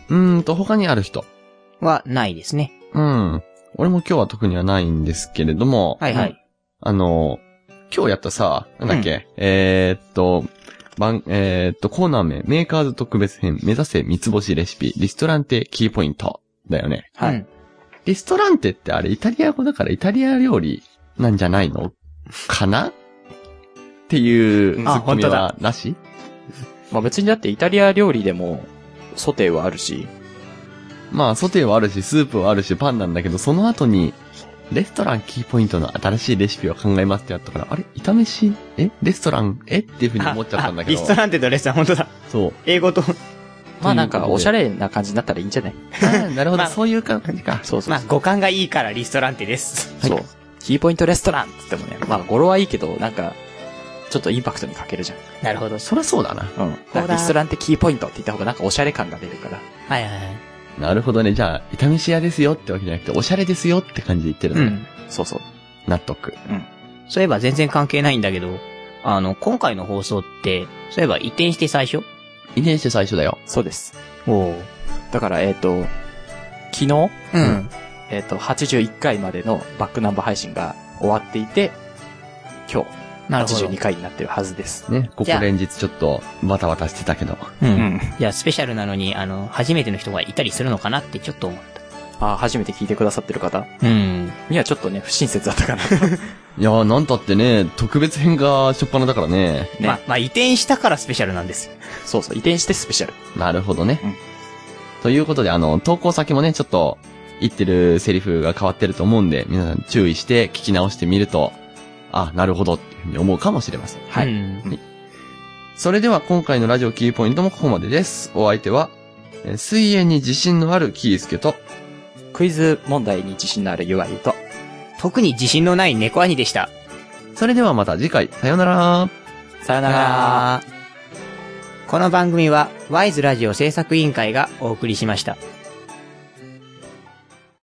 [SPEAKER 2] うーんと、他にある人。
[SPEAKER 1] は、ないですね。
[SPEAKER 2] うん。俺も今日は特にはないんですけれども。
[SPEAKER 1] はいはい。
[SPEAKER 2] あの、今日やったさ、なんだっけ、えーっと、番、えーっと、コーナー名、メーカーズ特別編、目指せ三つ星レシピ、リストランテキーポイント。だよね。
[SPEAKER 3] はい。
[SPEAKER 1] うん
[SPEAKER 2] リストランテってあれ、イタリア語だからイタリア料理なんじゃないのかなっていう、ツ
[SPEAKER 1] あ
[SPEAKER 2] ッコミ
[SPEAKER 1] 本当だ
[SPEAKER 2] はなし
[SPEAKER 3] まあ、別にだってイタリア料理でも、ソテーはあるし、
[SPEAKER 2] まあ、ソテーはあるし、スープはあるし、パンなんだけど、その後に、レストランキーポイントの新しいレシピを考えますってやったから、あれ炒めし、えレストランえっていうふうに思っちゃったんだけど。
[SPEAKER 1] ああリストランテとレストラン、本当だ。
[SPEAKER 2] そう。
[SPEAKER 1] 英語と、
[SPEAKER 3] まあなんかおしゃれな感じになったらいいんじゃない
[SPEAKER 2] あーなるほ
[SPEAKER 1] ま
[SPEAKER 2] ど、
[SPEAKER 1] あ
[SPEAKER 2] そういう感じか。
[SPEAKER 3] そうそうそう。
[SPEAKER 1] まあ、五感がいいからリストランテです。
[SPEAKER 3] そう。キーポイントレストランって言ってもね、まあ語呂はいいけど、なんか、ちょっとインパクトに欠けるじゃ
[SPEAKER 1] なるほど。
[SPEAKER 2] そりゃそうだな。
[SPEAKER 3] ん。うん。だからレストランってキーポイントって言った方がなんかおしゃれ感が出るから。
[SPEAKER 1] はいはいはい。
[SPEAKER 2] なるほどね。じゃあ、炒めし屋ですよってわけじゃなくて、おしゃれですよって感じで言ってるの
[SPEAKER 1] う
[SPEAKER 2] ね。
[SPEAKER 1] ん。
[SPEAKER 3] そうそう。
[SPEAKER 2] 納得。
[SPEAKER 1] そういえば全然関係ないんだけど、あの、今回の放送って、そういえば移転して最初
[SPEAKER 2] 遺伝して最初だよ。
[SPEAKER 3] そうです。
[SPEAKER 1] おお。
[SPEAKER 3] だから、えっ、と、昨日、
[SPEAKER 1] うん。
[SPEAKER 3] えっ、と、81回までのバックナンバー配信が終わっていて、今日、
[SPEAKER 1] なるほど
[SPEAKER 3] 82。回になってるはずです。
[SPEAKER 2] ね。ここ
[SPEAKER 1] じゃあ
[SPEAKER 2] 連日ちょっと、バタバタしてたけど。
[SPEAKER 1] う。
[SPEAKER 3] うんん。
[SPEAKER 1] いや、スペシャルなのに、あの、初めての人がいたりするのかなってちょっと思っ
[SPEAKER 3] あー初めて聞いてくださってる方
[SPEAKER 1] た。うん。
[SPEAKER 3] にはちょっとね、不親切だったかな。
[SPEAKER 2] いやー、なんたってね、特別編が初っ端だからね。
[SPEAKER 3] ね
[SPEAKER 1] まあ、まあ、移転したからスペシャルなんですよ。
[SPEAKER 3] そうそう、移転してスペシャル。
[SPEAKER 2] なるほどね。
[SPEAKER 3] うん
[SPEAKER 2] ということで、あの、投稿先もね、ちょっと、言ってるセリフが変わってると思うんで、皆さん注意して聞き直してみると、あ、なるほどっていうふうに思うかもしれません。
[SPEAKER 3] はい
[SPEAKER 1] うん
[SPEAKER 2] それでは今回のラジオキーポイントもここまでです。お相手は、えー水泳に自信のあるキースケと、
[SPEAKER 3] クイズ問題に自信のあるゆわゆと、
[SPEAKER 1] 特に自信のない猫兄でした。
[SPEAKER 2] それではまた次回、さようなら。
[SPEAKER 3] さよなら。
[SPEAKER 1] この番組は、ワイズラジオ制作委員会がお送りしました。